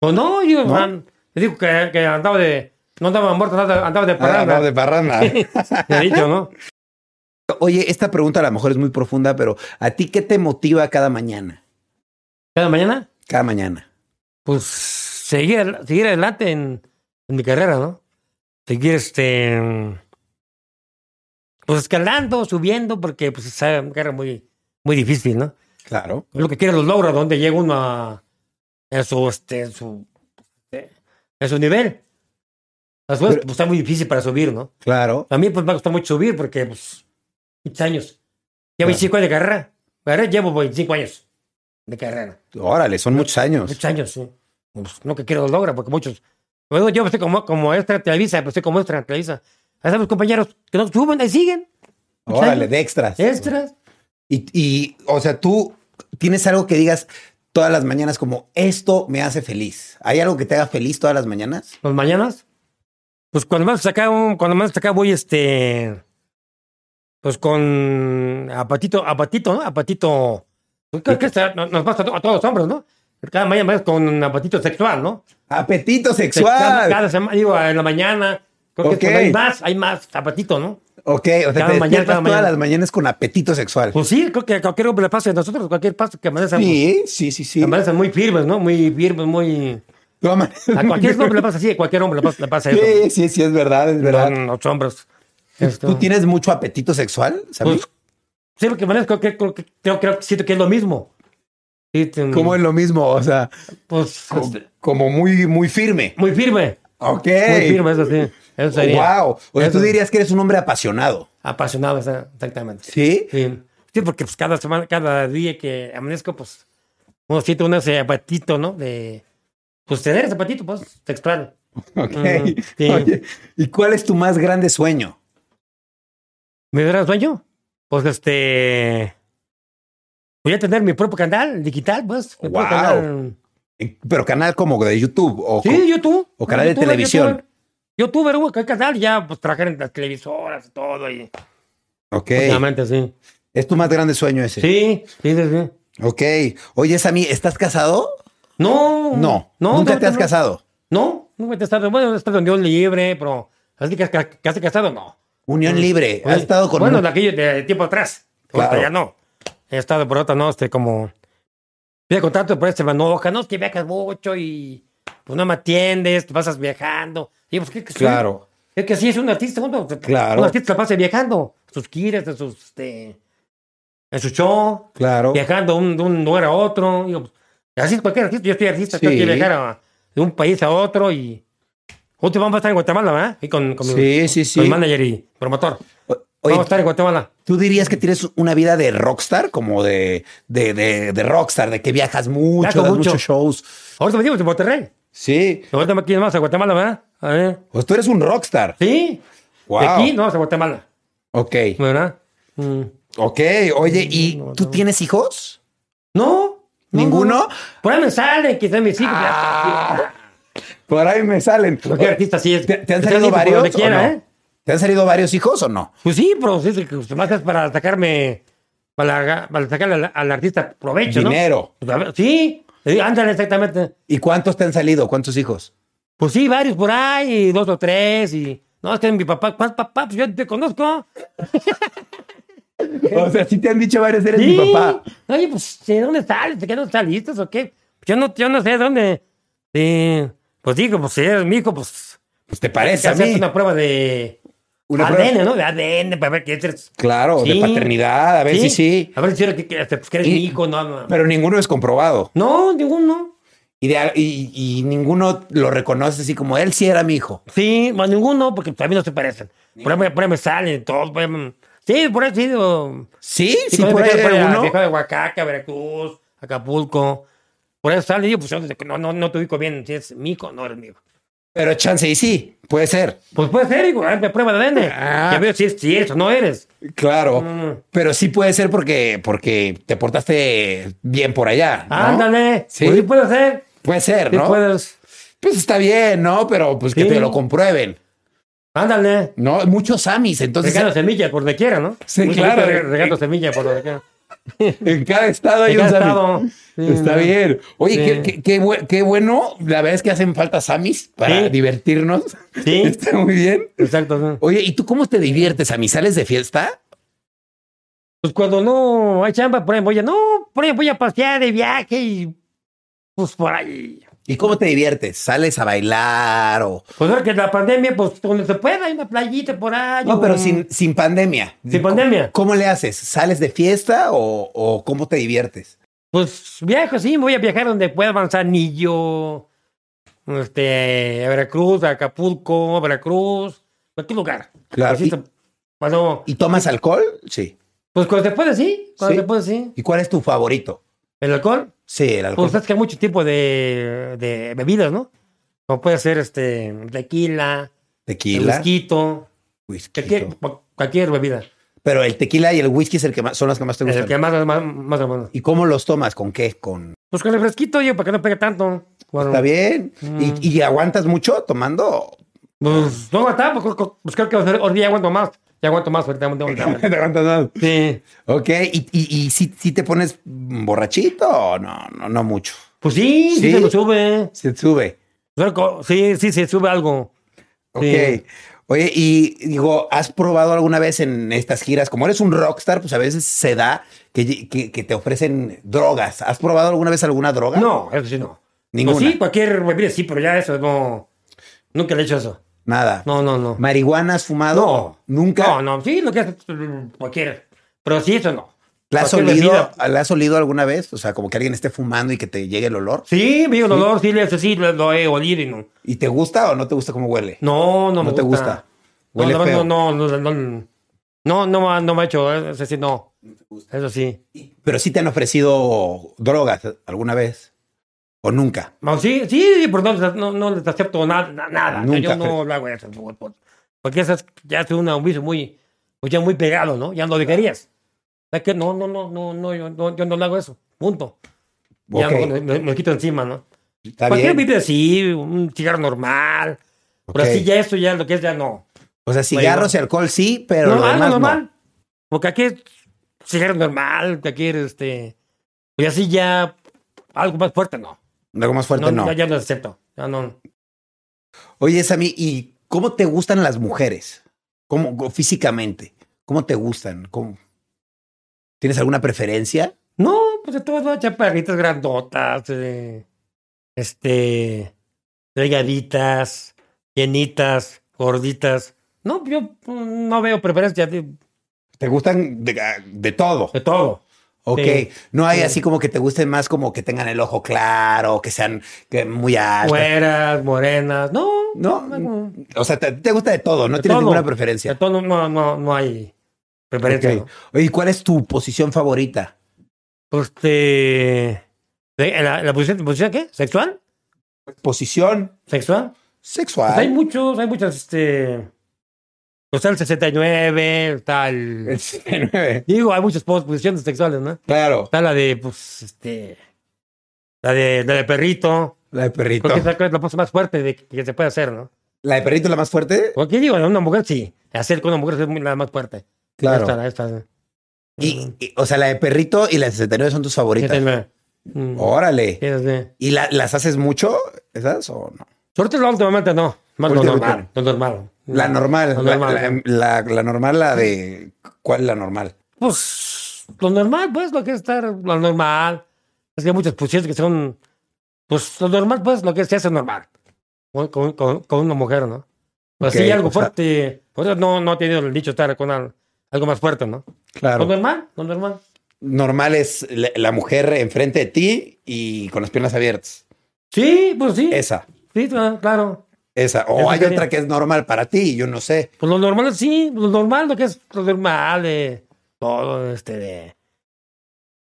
O no, yo
¿No?
man, le digo que, que andaba de, no andaba muerto, andaba, andaba de
Ah,
parada.
no, de parranda.
Te he dicho, ¿no?
Oye, esta pregunta a lo mejor es muy profunda, pero ¿a ti qué te motiva cada mañana?
Cada mañana,
Cada mañana.
pues seguir, adel- seguir adelante en, en mi carrera, ¿no? Seguir este. Pues escalando, subiendo, porque pues es una carrera muy, muy difícil, ¿no?
Claro.
Lo que quiere los logra, donde llega uno a, a su, este, en su, eh, a su nivel. A su vez,
Pero-
pues está muy difícil para subir, ¿no?
Claro.
A mí pues me ha costado mucho subir porque pues muchos años.
Claro.
Llevo 25 años de carrera. Carrera llevo 25 años de carrera.
Órale, son muchos años.
Muchos años, sí. Pues, no que quiero lo logra porque muchos... Luego yo pues, estoy como, como extra en Televisa, pues estoy como extra en Televisa. Ahí están mis compañeros que no suben, ahí siguen. muchos
Órale,
años.
de extras.
Extras.
Y, y, o sea, tú tienes algo que digas todas las mañanas como esto me hace feliz. ¿Hay algo que te haga feliz todas las mañanas?
Las mañanas. Pues cuando más acá, un- cuando más acá voy este... Pues con apatito, apatito, ¿no? Apatito. Creo que esta- no- nos pasa a to- a todos los hombres, ¿no? Cada mañana vas con apatito sexual, ¿no?
Apetito
Cada,
sexual.
cada semana, digo, en la mañana. Creo que
Ok.
cuando hay más, hay más zapatito, ¿no?
Ok,
cada
o sea, te
mañana,
despiertas
cada
todas
mañana.
las mañanas con apetito sexual.
Pues sí, creo que a cualquier hombre le pasa a nosotros, cualquier paso que amanezcan,
Sí, sí, sí, sí.
pues, amanezcan muy firmes, ¿no? Muy firmes, muy...
Tú amane-
A cualquier hombre le pasa así, a cualquier hombre le pasa, le pasa eso.
Sí, sí, sí, es verdad, es verdad.
Son los hombres. Esto.
¿Tú tienes mucho apetito sexual? ¿Sabes?
Pues, siempre que amanezco, creo, creo, creo, creo, que siento que es lo mismo. Sí, te-
como es lo mismo, o sea,
Pues,
co-
este,
como muy, muy firme.
muy firme,
Ok.
muy firme, eso sí. Eso sería
Wow. O sea, tú
Eso.
dirías que eres un hombre apasionado.
apasionado, esa- exactamente.
Sí.
Sí, sí porque pues cada semana, cada día que amanezco, pues uno siente un zapatito, ¿no? De, pues tener zapatito, pues, sexual.
Ok.
Mm, sí.
Oye, ¿y cuál es tu más grande sueño?
¿Me dará sueño? Pues este... Voy a tener mi propio canal digital, pues. mi propio
Wow.
canal.
Eh, Pero canal como de YouTube o
Sí, YouTube.
o canal de
YouTuber,
televisión.
YouTuber, YouTuber, güey, que canal, ya pues trabajar en las televisoras y todo. Y,
co- Ok.
Obviamente, sí.
Es tu más grande sueño ese.
pues, Sí, sí, sí. sí.
Ok. Oye, Sammy, ¿estás casado?
No.
No.
no
Nunca
no,
te has
no.
casado.
No, nunca he estado. Bueno, he estado en Dios libre, pero así que ca- casi casado, no.
Unión libre.
Oye,
Has Eh, estado con.
Pues, Bueno, de aquello de tiempo atrás.
Claro.
Ahorita ya no. He estado por otra, no, este, como. Pide contrato, pero este me enoja, no, es que viajas mucho y pues no me atiendes, te pasas viajando. Y pues, ¿qué, qué soy?
Claro.
Es que sí, es un artista, uno.
Claro.
Un artista pasa viajando. Sus giras, en sus. Este, en su show,
Claro.
viajando un- de un lugar a otro. Digo, pues, así es cualquier artista. Yo soy artista, tengo
Sí.
que viajar a- de un país a otro y. Otro vamos a estar en Guatemala, ¿verdad? Y con, con mi-
Sí, sí, sí.
con mi manager y promotor.
O- Oye,
Vamos a estar en Guatemala.
¿tú dirías que tienes una vida de rockstar? Como de, de, de, de rockstar, de que viajas mucho,
Viajo
das
mucho.
muchos shows.
Ahorita venimos de Monterrey.
Sí.
Ahorita aquí vamos a Guatemala, ¿verdad? A ver.
Pues tú eres un rockstar.
Sí.
Wow.
De aquí no vamos a Guatemala.
Ok.
¿verdad? Mm.
Ok. Oye, ¿y
No,
tú
no.
tienes hijos?
No. no,
¿Ninguno?
no. Por ahí me salen, quizás mis hijos. ya está.
Ah, por ahí me salen.
No, qué artista sí es.
¿Te, te han
Está
salido
listo por donde
varios? o
quiera,
no?
¿eh?
¿Te han salido varios hijos o no?
Pues sí, pero sí, sí, que usted más es para atacarme, para, para sacarle al, al artista provecho, ¿no?
Dinero.
Pues, a ver, sí, eh, ándale exactamente.
¿Y cuántos te han salido? ¿Cuántos hijos?
Pues sí, varios por ahí, y dos o tres, y... No, es que mi papá, papá, papá, pues yo te conozco.
O sea, sí te han dicho varios, eres
Sí. Oye, pues, ¿de dónde sales? ¿De qué no saliste o qué? Pues Yo no, yo no sé dónde... Sí, pues digo, pues si eres mi hijo, pues...
Pues te
hay
parece
que
a
hacerte
mí.
una prueba de...
Una
ADN,
prueba-
¿no? De ADN, para ver qué eres...
Claro, de
Sí.
paternidad, a ver si sí.
A ver si eres, que, que- pues, que eres
Y-
mi hijo, no, no.
Pero ninguno es comprobado.
No, ninguno.
Y, de- y- y ninguno lo reconoce así como él sí era mi hijo.
Sí, más ninguno, porque también no se parecen. Por ahí, me- por ahí me salen todos. por ahí me- sí, por ahí sí. digo,
Sí, sí,
cuando
por
me
ahí
quedo
era
a-
uno.
viajaba de Oaxaca, Veracruz, Acapulco. Por ahí salen y yo, pues, yo no, no, no te ubico bien. Si es mi hijo, no eres mi hijo.
Pero chance y sí, puede ser.
Pues puede ser, digo, hazme prueba de ADN.
Ah. Oh.
Ya veo si es, si es o no eres.
Claro.
Mm.
Pero sí puede ser porque, porque te portaste bien por allá. ¿no?
Ándale.
Sí.
Pues sí puede ser.
Puede ser,
Sí
¿no?
puedes.
Pues está bien, ¿no? Pero pues que
Sí.
te lo comprueben.
Ándale.
No, muchos Samis, entonces
Regalo semillas por donde quiera, ¿no?
Sí,
Mucho
claro.
gusto, re- Regalo semillas por donde quiera.
en cada estado hay
En
un
cada
Sami.
estado. Sí,
Está
¿no?
bien. Oye,
Sí.
qué, qué- qué bue- qué bueno. La verdad es que hacen falta Samis para
Sí.
divertirnos.
Sí.
Está muy bien.
Exacto. sí.
Oye, ¿y tú cómo te diviertes, Sami? ¿Sales de fiesta?
Pues cuando no hay chamba, por ahí voy a, no, por ahí voy a pasear de viaje y pues por ahí.
¿Y cómo te diviertes? ¿Sales a bailar o...?
Pues ahora que la pandemia, pues donde se pueda, hay una playita por ahí.
No,
un-
pero sin, sin pandemia.
Sin
¿Cómo-
pandemia.
¿Cómo le haces? ¿Sales de fiesta o, o cómo te diviertes?
Pues viajo, sí, voy a viajar donde pueda, Manzanillo, este, a Veracruz, a Acapulco, a Veracruz, cualquier lugar.
Claro.
Así
¿Y,
se- cuando-
y tomas alcohol? Sí.
pues cuando se puede, sí, cuando
Sí.
se puede, sí.
¿Y cuál es tu favorito?
El alcohol,
Sí, el alcohol.
pues sabes que hay mucho tipo de, de bebidas, ¿no? Como puede ser este, tequila, el
tequila.
whisky,
whisky.
Cualquier, cu- cualquier bebida.
Pero el tequila y el whisky es el que más, son las que más te gustan.
El que más, más, más o menos.
¿Y cómo los tomas? ¿Con qué? ¿Con...
Pues con el fresquito, yo, para que no pegue tanto. Bueno,
¿Está bien?
Mm.
¿Y, y aguantas mucho tomando?
Pues no aguantaba, pues, co- pues creo que hoy día aguanto más. Ya aguanto más, ahorita aguanto más.
Te aguantas nada.
Sí.
Ok, ¿y, y, y si, si te pones borrachito o no? No, no mucho.
Pues sí, sí,
¿Sí?
se lo sube.
Se sube.
Pero co- Sí, sí, se sube algo.
Ok.
Sí.
Oye, y digo, ¿has probado alguna vez en estas giras? Como eres un rockstar, pues a veces se da que, que- que te ofrecen drogas. ¿Has probado alguna vez alguna droga?
No, eso sí no.
Ninguna.
Pues sí, cualquier bebida sí, pero ya eso no. Nunca le he hecho eso.
Nada.
No, no, no.
¿Marihuana has fumado?
No.
Nunca.
No, no, sí, lo que es mm, cualquier. Pero sí, eso no.
¿La has,
Cualquier
olido,
bebida.
¿La has olido alguna vez? O sea, como que alguien esté fumando y que te llegue el olor.
Sí, me dio el olor, sí, eso sí, lo, lo he olido y no.
¿Y te gusta o no te gusta cómo huele?
No, no,
No
me
te gusta.
No,
Huele
la verdad,
feo.
no, no, no, no, no, no, no, me ha- no me ha hecho, eh, eso sí, no. Eso sí.
Pero sí te han ofrecido drogas alguna vez. O nunca.
No, sí, sí, sí, pero no, les- no, no les acepto nada, na- nada. O sea,
Nunca,
Yo no lo hago eso. por- por- Porque eso es- ya es una- un vicio muy, pues ya muy pegado, ¿no? Ya no dejarías. Es que no, no, no, no, no, yo no, yo no le hago eso. Punto. Ya
Ok,
no, me, me- me quito encima, ¿no?
Está
Cualquier
bien.
bebida sí, un cigarro normal. Pero
Ok.
así ya eso, ya lo que es, ya no.
O sea, cigarros y alcohol sí, pero lo
normal,
demás no.
ah, normal. Porque aquí es cigarro normal, que aquí este. Y así ya algo más fuerte, no.
Algo más fuerte no.
no. Ya no acepto. Ya no.
Oye, Sammy, ¿y cómo te gustan las mujeres? ¿Cómo cómo- físicamente? ¿Cómo te gustan? ¿Cómo? ¿Tienes alguna preferencia?
No, pues de todo, chaparritas grandotas, eh, este, delgaditas, llenitas, gorditas. No, yo mm, no veo preferencia de,
¿Te gustan de, de todo?
de todo.
Ok.
sí,
no hay
sí.
así como que te gusten más como que tengan el ojo claro, que sean que muy altas.
Güeras, morenas, no.
No,
no,
O sea, te, te gusta de todo, no
De
tienes
todo.
ninguna
de
preferencia.
todo no, no, no hay preferencia.
Ok.
¿no?
Oye, ¿y cuál es tu posición favorita?
Este. de- ¿La, la posición, posición qué? ¿Sexual?
Posición
¿Sexual? Pues hay
sexual.
muchos, hay muchas, este. Está el 69, está el...
El 69.
Digo, hay muchas pos- posiciones sexuales, ¿no?
Claro.
Está la de, pues, este... La de, la de perrito.
La de perrito.
Creo que esa es la pose más fuerte de que, que se puede hacer, ¿no?
¿La de perrito es la más fuerte?
Porque digo, una mujer sí. Hacer con una mujer es muy- la más fuerte.
Claro.
Esta, esta.
Y, y- o sea, la de perrito y la de 69 son tus favoritas.
69. Mm.
Órale.
Sí, sí, sí.
¿Y la- las haces mucho esas o no?
Suerte no, últimamente no. Más lo
Últimamente
normal. Lo normal.
La normal.
Lo
La,
normal.
la- la- la normal, la de. ¿Cuál es la normal?
Pues lo normal, pues, lo que es estar lo normal. Es que hay muchas posiciones que son. Pues lo normal, pues, lo que se hace normal. Con, con, con- con una mujer, ¿no? Pues
Ok,
sí, algo
o sea-
fuerte. Por eso no, no he tenido el dicho estar con al- algo más fuerte, ¿no? Lo
Claro.
normal, lo normal.
Normal es la, la mujer enfrente de ti y con las piernas abiertas.
Sí, pues sí.
Esa,
Sí, cla- claro.
esa. O
Eso
hay
quería.
otra que es normal para ti, yo no sé.
Pues lo normal, sí. Lo normal, lo que es lo normal. De, todo este de.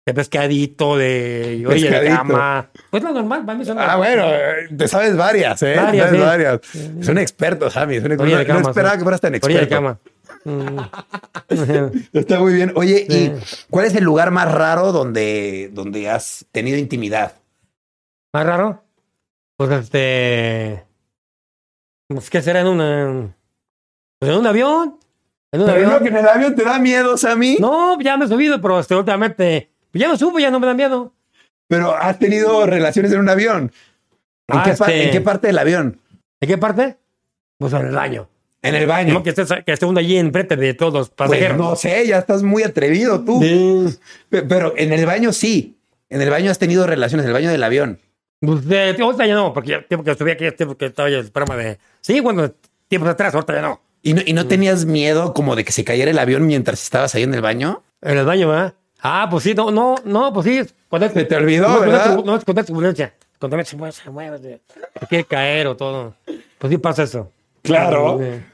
De pescadito, de orilla de
Pescadito.
cama. Pues lo normal, para mí son
Ah, bueno, eh, te sabes varias, ¿eh?
Varias,
Sabes
sí.
varias. Son expertos, Sammy. Son expertos.
Orilla de
No- no
cama,
esperaba
sí.
que fueras tan
Orilla de
experto.
cama. Mm.
Está muy bien. Oye,
Sí.
¿y cuál es el lugar más raro donde, donde has tenido intimidad?
¿Más raro? Pues este. Pues, ¿Qué será en una. Pues en un avión. En un
Pero
avión.
creo que en el avión te da miedo, Sammy.
No, ya me he subido, pero este, últimamente. Ya me subo, ya no me da miedo.
Pero has tenido relaciones en un avión. ¿En,
Ah,
qué, par-
este-
en qué parte del avión?
¿De qué parte? Pues en el baño.
En el baño.
No que esté, que esté uno allí enfrente de todos los
Pues,
pasajeros.
no sé, ya estás muy atrevido tú.
Sí.
Pe- Pero en el baño sí. En el baño has tenido relaciones, en el baño del avión.
Pues, de- ahorita ya no, porque ya tiempo que subí aquí, tiempo que estaba yo el programa de. Sí, bueno, tiempos atrás, ahorita ya no.
¿Y no, y no tenías miedo como de que se cayera el avión mientras estabas ahí en el baño?
En el baño, ¿verdad? Ah, pues sí, no, no, no, pues sí. Cuando es-
Se te olvidó,
no, cuando es
¿verdad?
tu- No es cuando es turbulencia. Cuando también se mueve, se mueve, se, se quiere caer o todo. Pues sí pasa eso. Sí.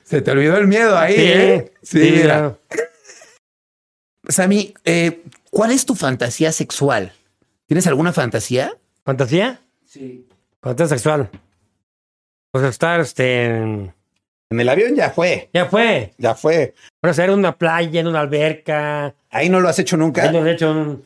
Se te olvidó el miedo ahí.
Sí,
¿eh? Sí,
sí,
mira.
claro.
Sammy, eh, ¿cuál es tu fantasía sexual? ¿Tienes alguna fantasía?
¿Fantasía?
Sí.
Fantasía sexual. Pues estar, este.
En el avión ya fue.
Ya fue.
Ya fue.
Ahora ser en una playa, en una alberca.
Ahí no lo has hecho nunca.
Hemos hecho un-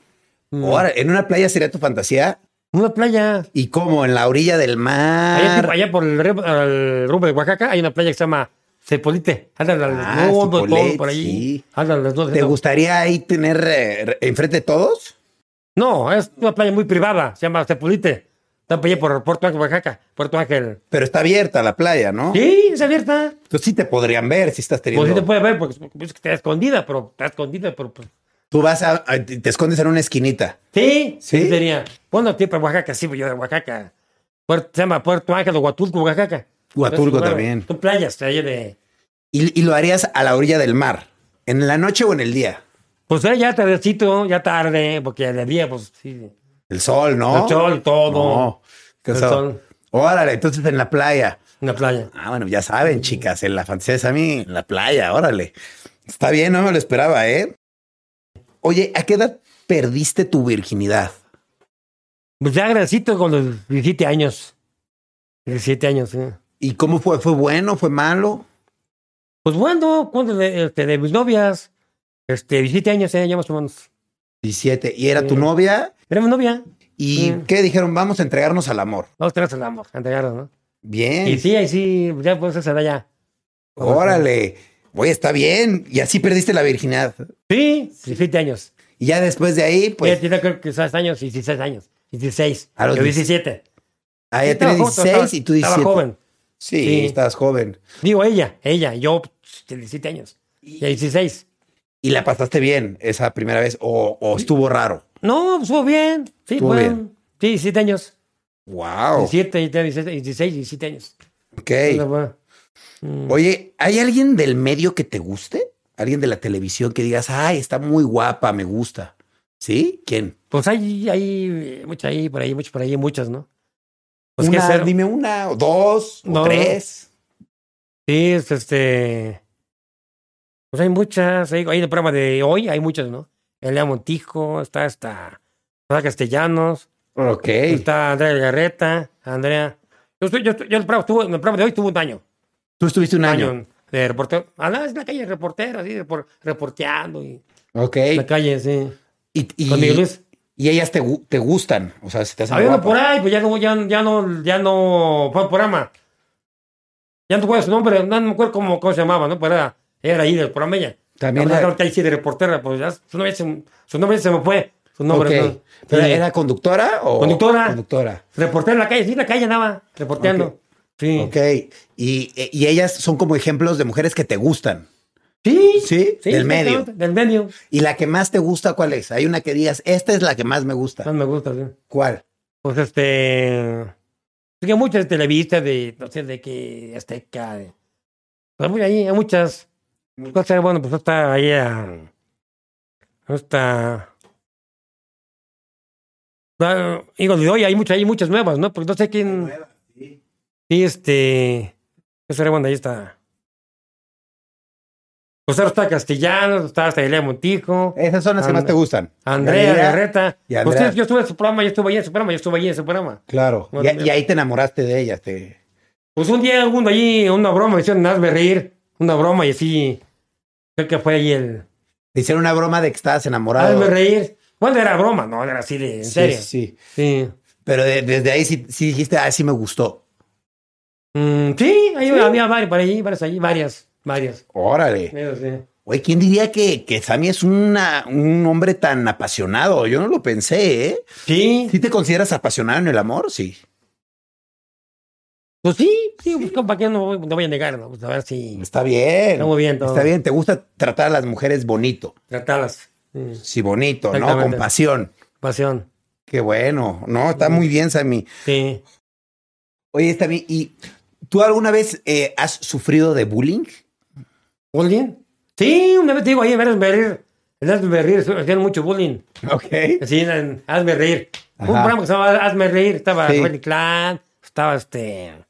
un-
Ahora, en una playa sería tu fantasía.
una playa.
¿Y cómo? En la orilla del
Allá, tipo,
mar.
allá por el, río- el rumbo de Oaxaca hay una playa que se llama Cepolite. Andan al
Ah,
desnudo, todo
Cepolite,
por ahí.
sí.
Andan al desnudo.
¿Te gustaría ahí tener eh, re- enfrente de todos?
No, es una playa muy privada, se llama Tepulite. Está por allá por Puerto Ángel, Oaxaca, Puerto Ángel.
Pero está abierta la playa, ¿no?
Sí, es abierta.
Entonces sí te podrían ver si estás teniendo.
Pues sí te puede ver, porque es que está escondida, pero está escondida, pero pues.
Tú vas a, a- te escondes en una esquinita.
Sí,
¿Sí?
sí tenía. Bueno, tipo en Oaxaca, sí, pues yo de Oaxaca. Puerto- se llama Puerto Ángel o Huatulco, Oaxaca.
Huatulco
Entonces, claro,
también.
Son playas ahí de.
Y, y lo harías a la orilla del mar. ¿En la noche o en el día?
Pues eh, ya tardecito, ya tarde, porque de día, pues sí.
El sol, ¿no?
El sol, todo.
Oh. No. ¿Qué
El
sol?
sol.
Órale, entonces en la playa.
Una playa.
Ah, bueno, ya saben, chicas, en la fantasía de Sammy, en la playa, órale. Está bien, no me lo esperaba, ¿eh? Oye, ¿a qué edad perdiste tu virginidad?
Pues ya agradecito con los 17 años. 17 años, sí.
¿Y cómo fue? ¿Fue bueno? ¿Fue malo?
Pues bueno, cuando de, este, de mis novias, este, 17 años, eh, ya más o menos.
17. ¿Y era tu
Sí.
novia?
Era mi novia.
¿Y
Sí.
qué dijeron? Vamos a entregarnos al amor.
Vamos tres al amor, a entregarnos, ¿no?
Bien.
Y sí, ahí sí, ya pues esa edad ya.
Órale. Oye, está bien. Y así perdiste la virginidad.
Sí, 17 años.
Y ya después de ahí,
Pues,
pues,
ya tenía creo que 16 años, 16 años. 16.
A los
yo
16.
17.
ahí
Sí,
ya tienes
estaba joven,
16 y tú
estaba-
17.
Estaba joven.
Sí,
Sí.
estás joven.
Digo, ella, ella, yo, pues, 17 años. Y a 16.
¿Y la pasaste bien esa primera vez o, o estuvo raro?
No, pues, estuvo bien. Sí,
Estuvo
fueron-
bien. Oh.
Sí, 17 años.
Wow.
17, 17, 16, 17 años.
Ok.
Bueno, bueno. Mm.
Oye, ¿hay alguien del medio que te guste? ¿Alguien de la televisión que digas, ay, está muy guapa, me gusta? ¿Sí? ¿Quién?
Pues hay, hay muchas ahí, por ahí, muchas por ahí, muchas, ¿no? Pues qué
Una,
ser.
Dime una, o dos, o
No.
tres.
Sí, es, este. Pues hay muchas. Hay, hay el programa de hoy, hay muchas, ¿no? Elia Montijo, está esta. Rosa Castellanos,
Ok.
está Andrea Garreta, Andrea. Yo, estoy- yo, estoy- yo el, programa estuvo- el programa de hoy tuvo un año.
Tú estuviste un año.
de reportero. Ah, no, es la calle de reportero, así, repor- reporteando. Y,
Ok.
la calle, sí.
Y, y-
Con Miguel Luis.
y ellas te, gu- te gustan. O sea, se te hacen
Había uno
guapas.
por ahí, pues ya no, ya, ya no, ya no fue un programa. Ya no recuerdo su nombre, no me acuerdo cómo, cómo se llamaba, ¿no? Pero era, era ahí del programa ella.
También
Ahora
la-
pues, ahorita ahí sí de reportera, pues ya su nombre se, su nombre se me fue. Su nombre.
Ok.
¿no?
¿Pero
Sí.
era conductora o...?
Conductora.
Conductora.
Reportera en la calle, sí, en la calle andaba, reporteando.
Ok.
Sí.
Ok. Y, e, y ellas son como ejemplos de mujeres que te gustan.
sí.
Sí, del medio.
exactamente, Del medio.
¿Y la que más te gusta cuál es? Hay una que digas, esta es la que más me gusta.
Más me gusta, sí.
¿Cuál?
Pues este. Es que muchas de Televisa, de, no sé, de que Azteca. De, pues muy ahí, hay muchas. Entonces, bueno, pues está ahí a. Está. Ah, Digo, de hoy hay muchas, hay muchas nuevas, ¿no? Porque no sé quién. Sí, este. Esa bueno, ahí está. Pues ahora está Castellanos, está hasta Elia Montijo.
Esas son las que
Anda.
más te gustan.
Eh, Andrea
Galera.
Garreta.
y Andrea.
Ustedes, yo estuve en su programa, yo estuve ahí en su programa, yo estuve ahí en su programa.
Claro.
Bueno,
y, y ahí te enamoraste de ellas. Te...
Pues un día uno allí, una broma, me hicieron hazme reír, una broma y así. Creo que fue ahí el.
te hicieron una broma de que estabas enamorado.
Hazme reír. Bueno, era broma, no, era así de. En
Sí,
serio. Sí.
sí. Pero de- desde ahí sí, sí dijiste, ah, sí me gustó.
Mm, sí, ahí había varias, para ahí, varias ahí, varias, varias.
Órale.
Eso sí.
Güey, ¿quién diría que, que Sammy es una, un hombre tan apasionado? Yo no lo pensé, ¿eh?
Sí,
¿Sí te consideras apasionado en el amor? Sí.
pues sí, sí, pues, ¿para qué no voy, no voy a negar? No? Pues a ver si.
Está bien.
Está muy bien todo.
Está bien. ¿Te gusta tratar a las mujeres bonito?
Tratarlas. Sí.
Sí, bonito, ¿no?
Exactamente.
Con pasión.
Pasión.
Qué bueno. No, está muy bien, Sammy.
Sí.
Oye, Sammy, ¿y tú alguna vez eh, has sufrido de bullying?
¿Bullying? Sí, una vez te digo ahí, en hazme reír. En hazme reír, hacían mucho bullying.
Ok.
Sí, en Hazme Reír.
Ajá.
Un programa que se llamaba Hazme Reír. Estaba
Sí.
Joel Clan, estaba este.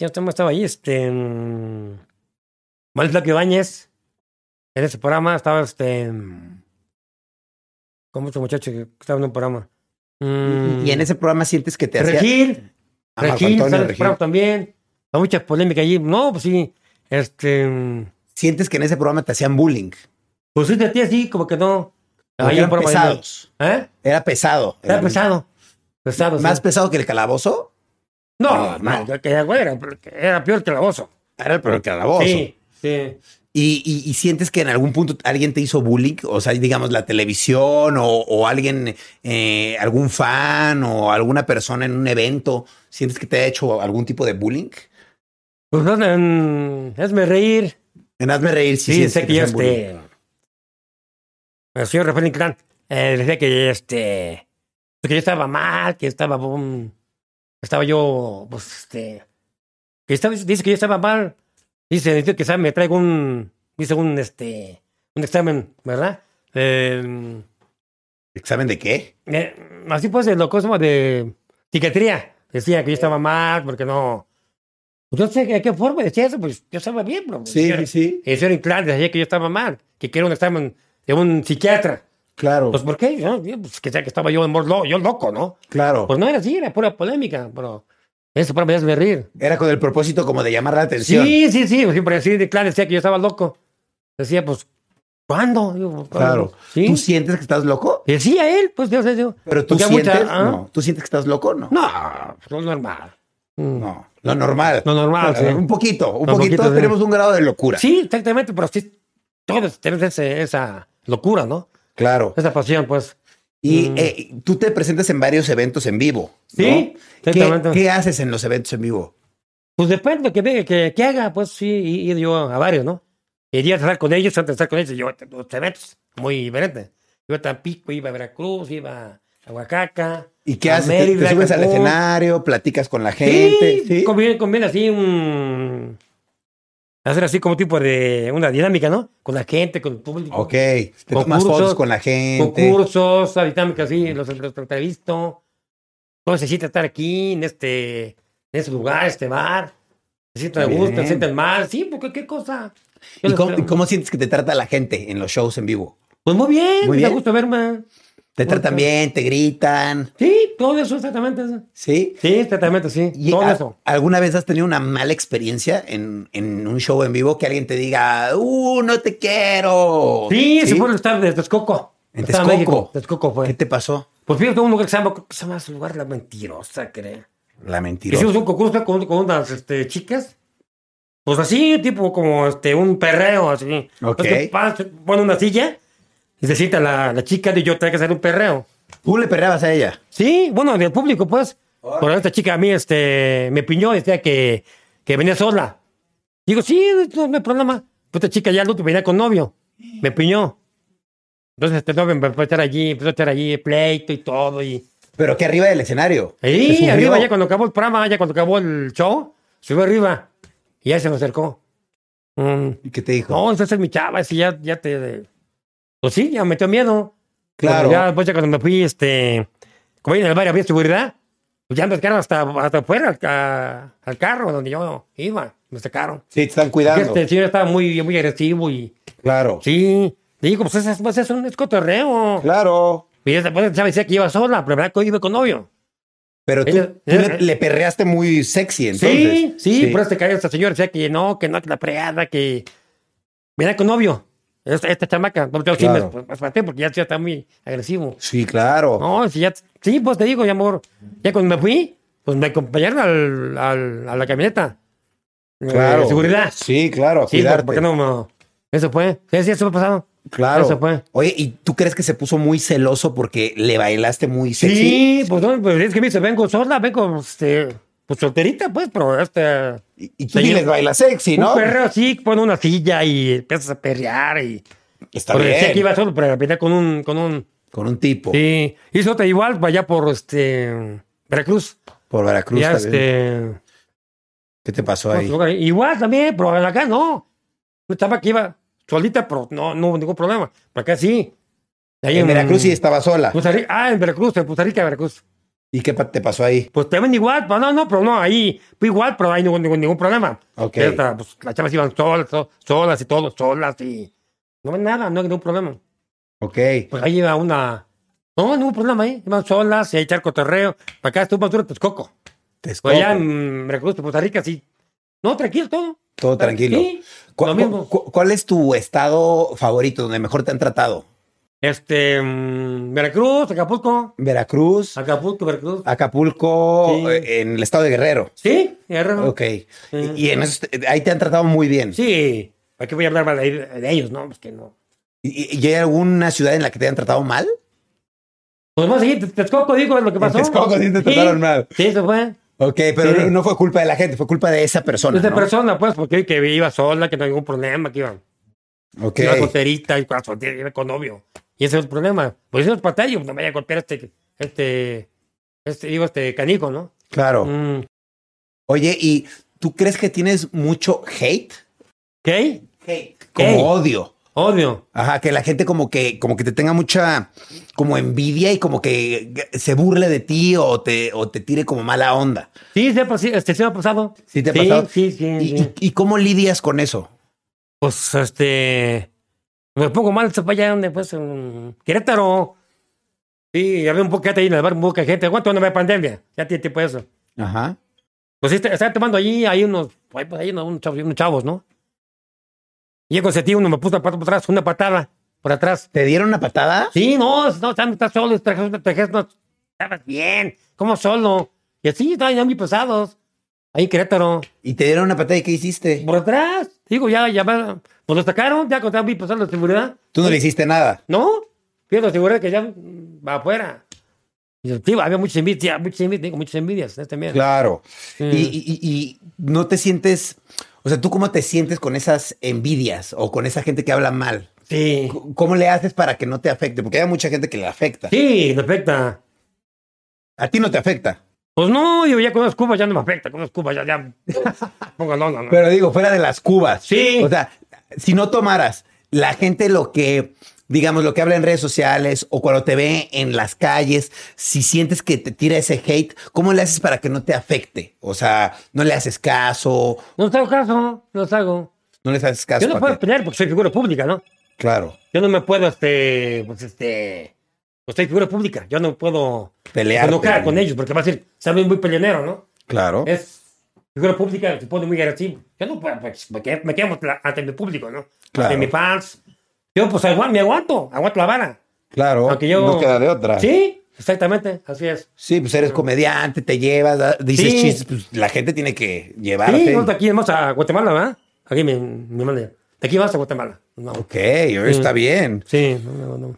Ya estaba, estaba ahí, este. mm, Manuel Flaquio Báñez. En ese programa estaba este. mm, Como otro muchacho que estaba en un programa. Mm,
Y en ese programa sientes que te hacía...
Regil.
Ah, Marco
Regil,
Antonio
estaba en ese
Regil.
programa también. Hay muchas polémicas allí. No, pues sí. Este. mm,
Sientes que en ese programa te hacían bullying.
Pues sí, de ti así, como que no.
Porque
Ahí un
eran
programa de-
pesados.
¿Eh?
Era pesado.
Era pesado. Pesado. sí.
¿Más pesado que el calabozo?
No,
No,
no,
no.
que era, güera, porque era peor que la oso.
Era pero el calabozo.
Sí, sí.
¿Y, y, y sientes que en algún punto alguien te hizo bullying? O sea, digamos, la televisión o, o alguien, eh, algún fan o alguna persona en un evento. ¿Sientes que te ha hecho algún tipo de bullying?
Pues no, en- hazme reír.
En Hazme Reír, si
Sí,
sientes
sé que
te
yo
hacen bullying.
este. El señor Rafael Inclán eh, decía que este. Que yo estaba mal, que estaba. um, estaba yo. Pues este. Que estaba, dice que yo estaba mal. Dice, necesito que ¿sabe? me traigo un. Dice un este. Un examen, ¿verdad? Eh,
¿Examen de qué?
Eh, así pues, de lo cosmo de psiquiatría. Decía que yo estaba mal, porque no. Pues Yo sé que- de qué forma decía eso, pues yo estaba bien, bro. El señor-
sí.
El señor Inclán decía que yo estaba mal, que quiero un examen de un psiquiatra.
Claro,
Pues, ¿por qué? Yo, yo, pues, que sea que estaba yo, en lo- yo loco, ¿no?
claro.
Pues no era así, era pura polémica, pero eso para me hace reír.
Era con el propósito como de llamar la atención.
Sí, sí, sí, pues, siempre así, Inclán decía que yo estaba loco. Decía, pues, ¿cuándo? Digo, pues, ¿cuándo?
Claro.
Sí.
¿Tú sientes que estás loco?
Decía él, pues, yo sé, yo.
Pero tú
Porque hay
sientes,
mucha- ¿ah?
no. ¿Tú sientes que estás loco? No.
No, pues, lo normal. Mm.
No. Lo normal.
Lo normal, Ah, sí.
Un poquito,
Un
un poquito.
poquito,
Todos
sí.
tenemos un grado de locura.
Sí, exactamente, pero sí, todos tenemos ese- esa locura, ¿no?
Claro.
Esa pasión, pues.
Y
Mm.
eh, tú te presentas en varios eventos en vivo. ¿no?
Sí,
¿Qué,
exactamente.
qué haces en los eventos en vivo?
Pues depende que, venga, que, que haga, pues sí, y- ir yo a varios, ¿no? Iría a trabajar con ellos, antes de estar con ellos, yo a los eventos, muy diferentes. Yo a Tampico, iba a Veracruz, iba a Oaxaca.
¿Y qué
a
haces? ¿Te- ¿Te,
Mérida,
subes al
Cancún.
escenario? ¿Platicas con la gente?
Sí, Conviene, conviene así un... Hacer así como tipo de una dinámica, ¿no? Con la gente, con el público.
Ok. Te tomas
Concursos,
fotos con la gente.
concursos, la dinámica así, los, los entrevisto. No necesita estar aquí, en este, en este lugar, este bar. Se sienta de
Bien.
gusto, se sienta el mar. Sí, porque qué cosa. Yo
¿Y
les
cómo,
creo.
cómo sientes que te trata la gente en los shows en vivo?
Pues muy bien,
Muy
me da
bien.
gusto verme.
Te tratan bien, te gritan.
Sí, todo eso es tratamiento. eso.
Sí.
Sí, tratamiento, sí.
¿Y
todo
a-
eso.
¿Alguna vez has tenido una mala experiencia en, en un show en vivo que alguien te diga, uh, no te quiero?
Sí, se fue al estado de Texcoco.
En
Estaba
Texcoco.
México. Texcoco fue.
¿Qué te pasó?
Pues fíjate un lugar que se llama, creo que se llama ese lugar La Mentirosa, creo.
La mentira.
Hicimos un concurso con, con unas este, chicas. Pues así, tipo como este, un perreo, así.
Ok.
Es que pas- pone una silla y se sienta la, la chica y yo tengo que hacer un perreo.
Tú le perreabas a ella.
Sí, bueno, del público, pues. Pero esta chica a mí este, me piñó, decía que, que venía sola. Digo, sí, no, no hay problema. Pues esta chica ya al último venía con novio. Me piñó. Entonces este novio me empezó a estar allí, empezó a estar allí, pleito y todo. Y
Pero que arriba del escenario. ¿Te
ahí,
sufrió?
arriba, ya cuando acabó el programa, ya cuando acabó el show, subió arriba. Y ya se me acercó. Mm,
¿Y qué te dijo?
no, esa es mi chava, es que ya, ya te. Pues sí, ya me metió miedo.
Claro.
Cuando Ya después, ya cuando me fui, este. Como ahí en el bar había seguridad, pues ya me sacaron hasta, hasta afuera, a- al carro donde yo iba. Me sacaron.
Sí, te están
Porque
cuidando.
Este señor estaba muy, muy agresivo y.
Claro.
Sí. Le digo, pues es, pues es un escotorreo.
Claro.
Y después ya me decía que iba sola, pero verdad que iba con novio.
Pero tú,
Ella-
tú
ella-
le, le perreaste muy sexy, entonces.
sí, sí, por este cae esta señora, decía que no, que no, que la preada, que venía con novio. Esta, esta chamaca, No, yo sí me-
Claro.
me, espanté porque ya, ya está muy agresivo.
Sí, claro.
No, si ya, sí, pues te digo, mi amor, ya cuando me fui, pues me acompañaron al, al- a la camioneta. Eh,
claro.
de seguridad. Sí,
Sí, claro. a
pues,
cuidarte.
¿por qué no? no? Eso fue, sí, sí, eso me ha pasado.
Claro.
Eso fue.
Oye, ¿y tú crees que se puso muy celoso porque le bailaste muy
Sí,
sexy?
pues no, pues es que me dice, vengo sola, vengo, este, pues solterita, pues, pero este...
Y, y tú
Sí.
ni les bailas sexy, ¿no?
Un perreo así, pone una silla y empiezas a perrear y...
Está
Porque decía
bien. Oh.
que iba solo, pero venía con un, con un...
Con un tipo.
Sí, hizo otra igual para allá por este... Veracruz.
Por Veracruz.
Ya
está bien.
este...
¿Qué te pasó ahí?
otro lugar. Igual también, pero acá no. Yo estaba que iba solita, pero no, no hubo ningún problema. Pero acá sí. Ahí
En Veracruz sí estaba sola.
Costa Rica- ah, en Veracruz, en Costa Rica, Veracruz.
¿Y qué pa- te pasó ahí?
Pues también igual, pero no, no, pero no, ahí fue igual, pero ahí no hubo ningún, ningún problema.
Ok.
Esta, pues, las chavas iban solas, so- solas y todo, solas y... No nada, no hay ningún problema.
Ok.
Pues ahí iba una. No, ningún problema, ¿eh? Iban solas, y ahí echar cotorreo. Para acá estuvo más duro Texcoco.
Texcoco.
Pues allá en Veracruz, pues, Costa Rica, sí. No, tranquilo todo.
Todo tranquilo.
pues Sí,
¿Cu-
lo
cu-
mismo.
cu- ¿Cuál es tu estado favorito donde mejor te han tratado?
Este. mm, Veracruz, Acapulco.
Veracruz,
Acapulco, Veracruz.
Ah. Acapulco,
Sí. Ah,
eh, en el estado de Guerrero.
Sí, Guerrero.
Ok. Y, y en esos- ahí te han tratado muy bien.
Sí. ¿Para qué voy a hablar mal de, de ellos, no? Pues que no.
¿Y, y hay alguna ciudad en la que te han tratado mal?
Pues vamos a seguir. Te- Texcoco, digo, es lo que pasó.
Texcoco sí te trataron mal.
Sí, eso fue.
Ok, pero
Sí.
no, no fue culpa de la gente, fue culpa de esa persona.
Esa
¿no?
persona, pues, porque que iba sola, que no había ningún problema, que iba.
Ok.
Una solterita y con la soltera iba con novio. Y ese es el problema. Pues eso es pantalla, no me vaya a golpear este, este, este, digo, este canico, ¿no?
Claro.
Mm,
Oye, ¿y tú crees que tienes mucho hate?
¿Qué?
Hate. Como
Hate.
odio.
Odio.
Ajá, que la gente como que, como que te tenga mucha como envidia y como que se burle de ti o te, o te tire como mala onda.
Sí, se ha, pas- este, se me ha pasado.
¿Sí te ha
sí,
pasado?
Sí, sí,
¿Y,
sí.
y- y cómo lidias con eso?
Pues, este, me pongo mal, se fue allá donde, pues, en Querétaro. Sí, había un poquete ahí en el bar, mucha gente. ¿Cuánto no había pandemia? Ya tiene tiempo eso.
Ajá.
Pues sí, te- estaba tomando allí, hay unos, pues ahí unos, unos chavos, unos chavos, ¿no? Y yo consentí, uno me puso la pata por atrás, una patada por atrás.
¿Te dieron una patada?
Sí, no, no, estás, estás solo, trajes, trajes, no, estabas bien, como solo. Y así, estaban ya muy pesados. Ahí en Querétaro,
¿Y te dieron una patada y qué hiciste?
por atrás. Digo, ya, ya, me- pues los sacaron, ya contaban muy pesados la seguridad.
Tú no le hiciste nada.
No, pierdo seguridad que ya mm, va afuera. Y yo, tío, había muchas envidias, muchas envidias, digo, muchas envidias en este mes.
Claro.
Sí.
Y, y- y- y no te sientes, o sea, ¿tú cómo te sientes con esas envidias o con esa gente que habla mal?
Sí.
C- ¿Cómo le haces para que no te afecte? Porque hay mucha gente que le afecta.
Sí, me afecta.
A ti no te afecta.
Pues no, yo ya con las cubas ya no me afecta, con las cubas ya, ya. Pongo no, no, no.
Pero digo, fuera de las cubas.
Sí.
O sea, si no tomaras, la gente lo que, digamos, lo que habla en redes sociales o cuando te ve en las calles, si sientes que te tira ese hate, ¿cómo le haces para que no te afecte? O sea, no le haces caso,
No te hago caso, no te hago.
no les haces caso.
Yo no
¿para
puedo
qué?
pelear porque soy figura pública, ¿no?
Claro.
Yo no me puedo, este, pues este, Pues soy figura pública. Yo no puedo
Pelear.
enojar con ellos porque va a ser, saben muy peleonero, ¿no?
Claro.
Es figura pública, se pone muy agresivo. Yo no puedo, pues, me quemo, me quemo tla- ante mi público, ¿no?
Claro.
Ante mis fans. Yo, pues, agua- me aguanto, aguanto la vara.
Claro.
Aunque yo-
No queda de otra.
Sí, exactamente, así es.
Sí, pues eres comediante, te llevas, da- dices
Sí.
chistes, pues la gente tiene que llevarte.
Sí, vamos de aquí vamos a Guatemala, ¿verdad? Aquí mi, mi madre. De aquí vas a Guatemala. No.
Ok, está bien.
Sí, no, no, no.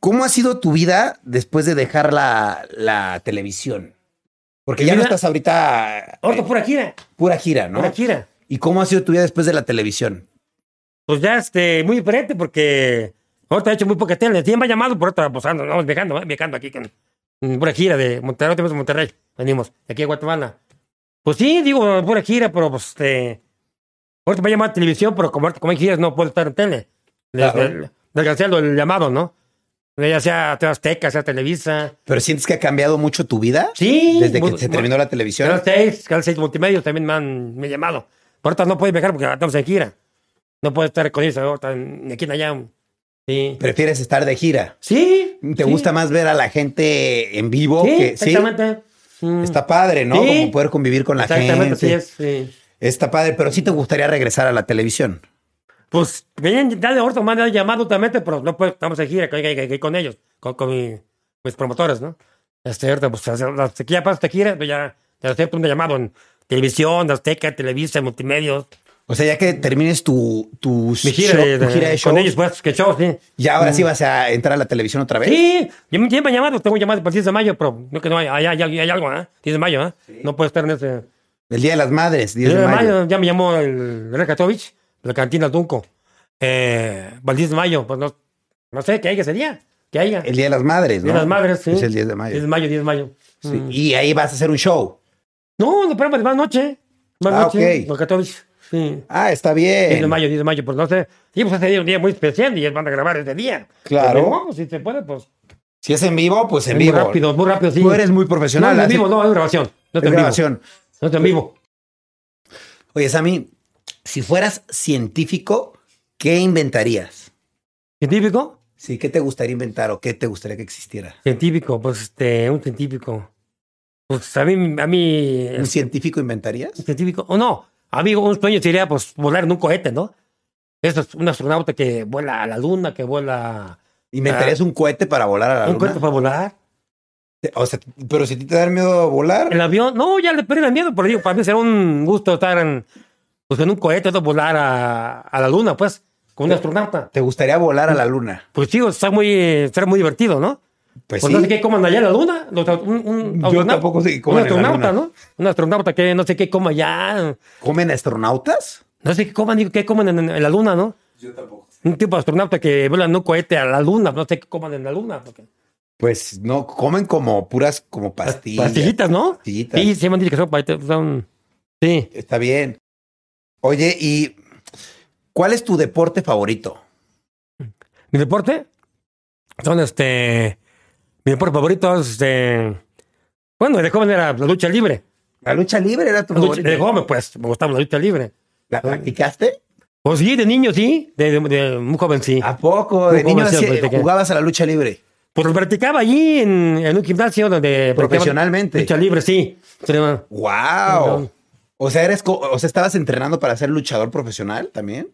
¿Cómo ha sido tu vida después de dejar la, la televisión? Porque
Mi
ya no
vida-
estás ahorita eh,
Ahorita pura gira,
pura gira, ¿no?
pura gira.
¿Y cómo ha sido tu vida después de la televisión?
Pues ya, este, muy diferente porque ahorita he hecho muy poca tele. Siempre me ha llamado por otra, pues ando, vamos viajando, ¿verdad? viajando aquí con mm, pura gira de Monterrey, otra vez a Monterrey. Venimos, de aquí a Guatemala. Pues sí, digo, pura gira, pero pues este. Ahorita me ha llamado a televisión, pero como, ahorita como hay giras no puedo estar en tele. Les,
Claro.
les- les cancelo el llamado, ¿no? Ya sea Azteca, sea Televisa.
¿Pero sientes que ha cambiado mucho tu vida?
Sí.
Desde que
mu-
se
mu-
terminó la televisión.
Canal 6, Canal 6 Multimedia también me han, me han llamado. Por ahorita no puedes viajar porque estamos en gira. No puedo estar con ellos ahorita, ni aquí ni allá. Sí.
Prefieres estar de gira.
Sí.
¿Te gusta más ver a la gente en vivo?
Sí,
que, sí.
exactamente. Mm,
Está padre, ¿no?
Sí.
Como poder convivir con la
Exactamente, así
gente.
es. Sí.
Está padre, pero sí te gustaría regresar a la televisión.
Pues venían ya de ahorita, me han llamado totalmente, pero no puedo, estamos en gira que- que- que- que con ellos, con, con mi- mis promotores, ¿no? Este, ahorita, pues, hace- hasta que ya pasa esta gira, pues, ya, ya acepto un llamado en televisión, Azteca, Televisa, Multimedios.
O sea, ya que termines tu, tu,
Mi gira,
show-
de,
tu
de-
gira de
Con
shows,
ellos, pues, que shows, sí.
ya pues. ahora sí vas a entrar a la televisión otra vez.
Sí, yo me llevo llamado, tengo llamado para el 10 de mayo, pero no que no hay, hay, hay, hay algo, ¿ah? 10 de mayo, ¿ah? No puedo estar en ese.
El Día de las Madres, 10
10
de mayo.
ya me llamó el Rekatovich, la cantina Dunco. Eh, para el 10 de mayo, pues no, no sé, que haya ese día, que haya.
El Día de las Madres, ¿no?
Día de las Madres, sí.
Es el 10 de mayo.
10 de mayo, 10 de mayo.
Sí.
Mm.
Y ahí vas a hacer un show.
No, no, pero pues, más noche. Más
Ah,
noche.
ok.
Rekatovich, sí.
Ah, está bien.
10 de mayo, 10 de mayo, pues no sé. Y pues ese día es un día muy especial y ellos van a grabar ese día.
Claro.
Pero, pues, si se puede, pues.
Si es en vivo, pues en
muy
vivo.
rápido, muy rápido, sí.
Tú eres muy
no,
profesional.
no, en
haces-
vivo, no, es grabación. No
es
está en vivo.
grabación.
No está en vivo.
Oye, Sammy, si fueras científico, ¿qué inventarías?
¿Científico?
Sí, ¿qué te gustaría inventar o qué te gustaría que existiera?
Científico, pues este, un científico. Pues a mí, a mí,
¿Un científico inventarías?
un científico, o no, amigo, un sueño sería pues volar en un cohete, ¿no? Eso es un astronauta que vuela a la luna, que vuela.
¿Inventarías un cohete para volar a la
Ah. ¿Un
luna?
cohete para volar?
O sea, pero si a ti te da miedo volar,
¿El avión? No, ya le perdí el miedo, pero digo, para mí será un gusto estar en, pues, en un cohete, ¿no? volar a, a la luna, pues, con un astronauta.
¿te gustaría volar a la luna?
Pues sí, está muy, eh, será muy divertido, ¿no?
Pues
Pues
sí.
no sé qué coman allá en la luna. los au- un, un
Yo
astronauta-
tampoco sé qué
Un
coman en la
astronauta,
luna.
¿no? Un astronauta que no sé qué coma allá.
¿Comen astronautas?
No sé qué coman, digo, qué coman en, en la luna, ¿no? Yo tampoco. Un tipo de astronauta que vuela en un cohete a la luna. No sé qué coman en la luna. porque-
Pues no, comen como puras, como pastillas.
Pastillitas, ¿no?
Pastillitas.
Sí, sí, me han dicho que son pastillitas, son- Sí.
Está bien. Oye, ¿y cuál es tu deporte favorito?
Mi deporte son este. Mi deporte favorito es este. Bueno, de joven era la lucha libre.
La lucha libre era tu
La lucha-
favorito.
de joven, pues, me gustaba la lucha libre.
¿La practicaste?
Pues sí, de niño sí, de, de- de muy joven sí.
¿A poco? De
¿Cómo
niño
hacías
hacía-
practicar?
jugabas a la lucha libre.
Pues lo practicaba allí en, en un gimnasio donde... practicaban
Profesionalmente.
Lucha libre, sí. Se llama-
¡Wow!
Perdón.
O sea, eres, co- o sea, estabas entrenando para ser luchador profesional también.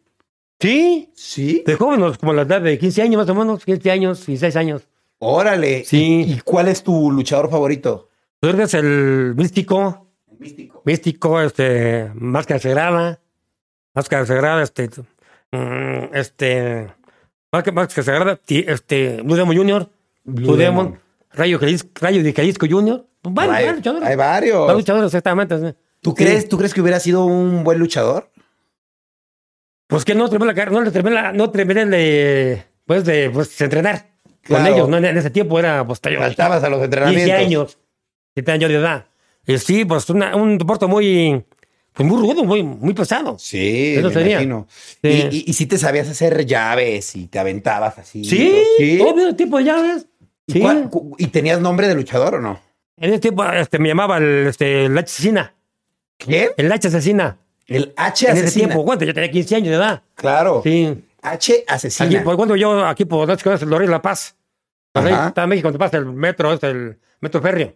Sí,
Sí.
de joven, los- como a la edad de 15 años más o menos, 15 años, 16 años.
Órale.
Sí.
¿Y, y cuál es tu luchador favorito?
Tú eres el místico,
Místico.
místico, este, máscara sagrada, máscara sagrada, este, mm, este, máscara, máscara sagrada, ti- este, Blue Demon Junior, Blue, Demon, Rayo, Jalisco, Rayo de Jalisco Junior. Pues Vale, vale, luchadores.
hay
Vale,
varios.
luchadores, exactamente. sí.
¿Tú
Sí.
crees, ¿Tú crees que hubiera sido un buen luchador?
Pues que no terminé la carrera, no le terminé, la- no terminé de, pues, de pues, entrenar
Claro.
con ellos. ¿no? En ese tiempo era, pues, te-
Faltabas a los
15
entrenamientos.
años, 7 años de edad. Y sí, pues, una- un deporte muy, pues, muy rudo, muy, muy pesado. Eh, Sí,
Sí,
Eso
me
sería.
imagino.
Sí.
Y, y, y si te sabías hacer llaves y te aventabas así.
obvio, tipo de llaves.
¿Y,
Sí.
cuál- cu- y tenías nombre de luchador o no?
En ese tiempo este, me llamaba el, este, el H asesina,
¿Quién?
el H asesina.
El H
En ese
asesino.
tiempo, ¿cuánto? Yo tenía 15 años de edad.
Claro.
Sí.
H asesino.
Aquí, por cuando yo, aquí por las cosas, Lorenz La Paz. Pues ahí
Ajá.
está en México, donde pasa el metro, es el metro férreo.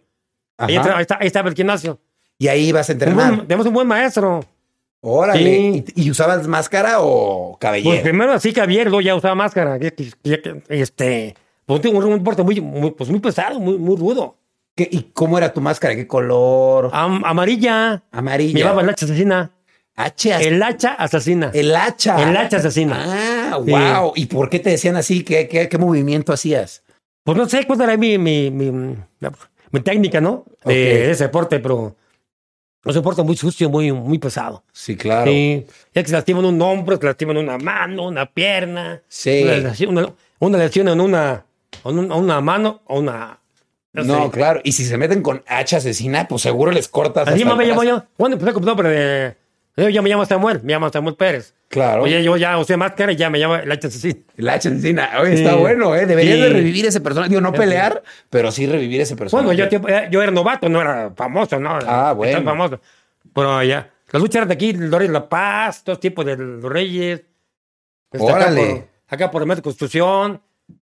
Ahí,
Ajá.
entra- ahí está, ahí estaba el gimnasio.
Y ahí ibas a
Tenemos un-
entrenar.
tenemos un buen maestro.
Órale.
Sí.
¿Y, y usabas máscara o
Pues
cabellera?
primero así que Javier, luego ya usaba máscara. Ya que- ya que- Este, pues un, un deporte muy, muy- pues muy pesado, muy, muy rudo.
¿Qué- ¿Y cómo era tu máscara? ¿Qué color?
Am- amarilla.
Amarilla.
Ah. Llevaba el hacha asesina.
H as- Eh, el,
El hacha asesina. El,
hacha.
hacha asesina.
Ah,
Sí.
wow. ¿Y por qué te decían así? ¿Qué, qué, qué movimiento hacías?
Pues no sé cuál era mi, mi, mi, mi técnica, ¿no? De,
Ok.
de ese deporte, pero es un deporte muy sucio, muy, muy pesado.
Sí, claro.
Sí. Ya que se lastiman un hombro, se lastiman una mano, una pierna.
Sí.
Una, lesión, una, una lesión en una, en un- una mano o una.
No,
sé.
claro. Y si se meten con hacha asesina, pues seguro les cortas.
Así
hasta
me
el
llamo
brazo.
yo. pues, Cuando empecé con nombre de. eh, Yo ya me llamo Samuel, me llamo Samuel Pérez.
Claro.
Oye, yo ya usé máscara y ya me llamo el hacha asesina.
La hacha asesina. Oye,
Sí.
está bueno, ¿eh? Deberías
Sí.
de revivir ese personaje. Digo, no pelear, pero sí revivir ese personaje.
Bueno, yo, tiempo- eh, yo era novato, no era famoso, ¿no?
Ah, bueno.
Tan famoso. Pero ya. Las luchas eran de aquí, los Reyes de La Paz, todos tipos de los Reyes. Está
Órale.
Acá por, acá por el Metro Constitución.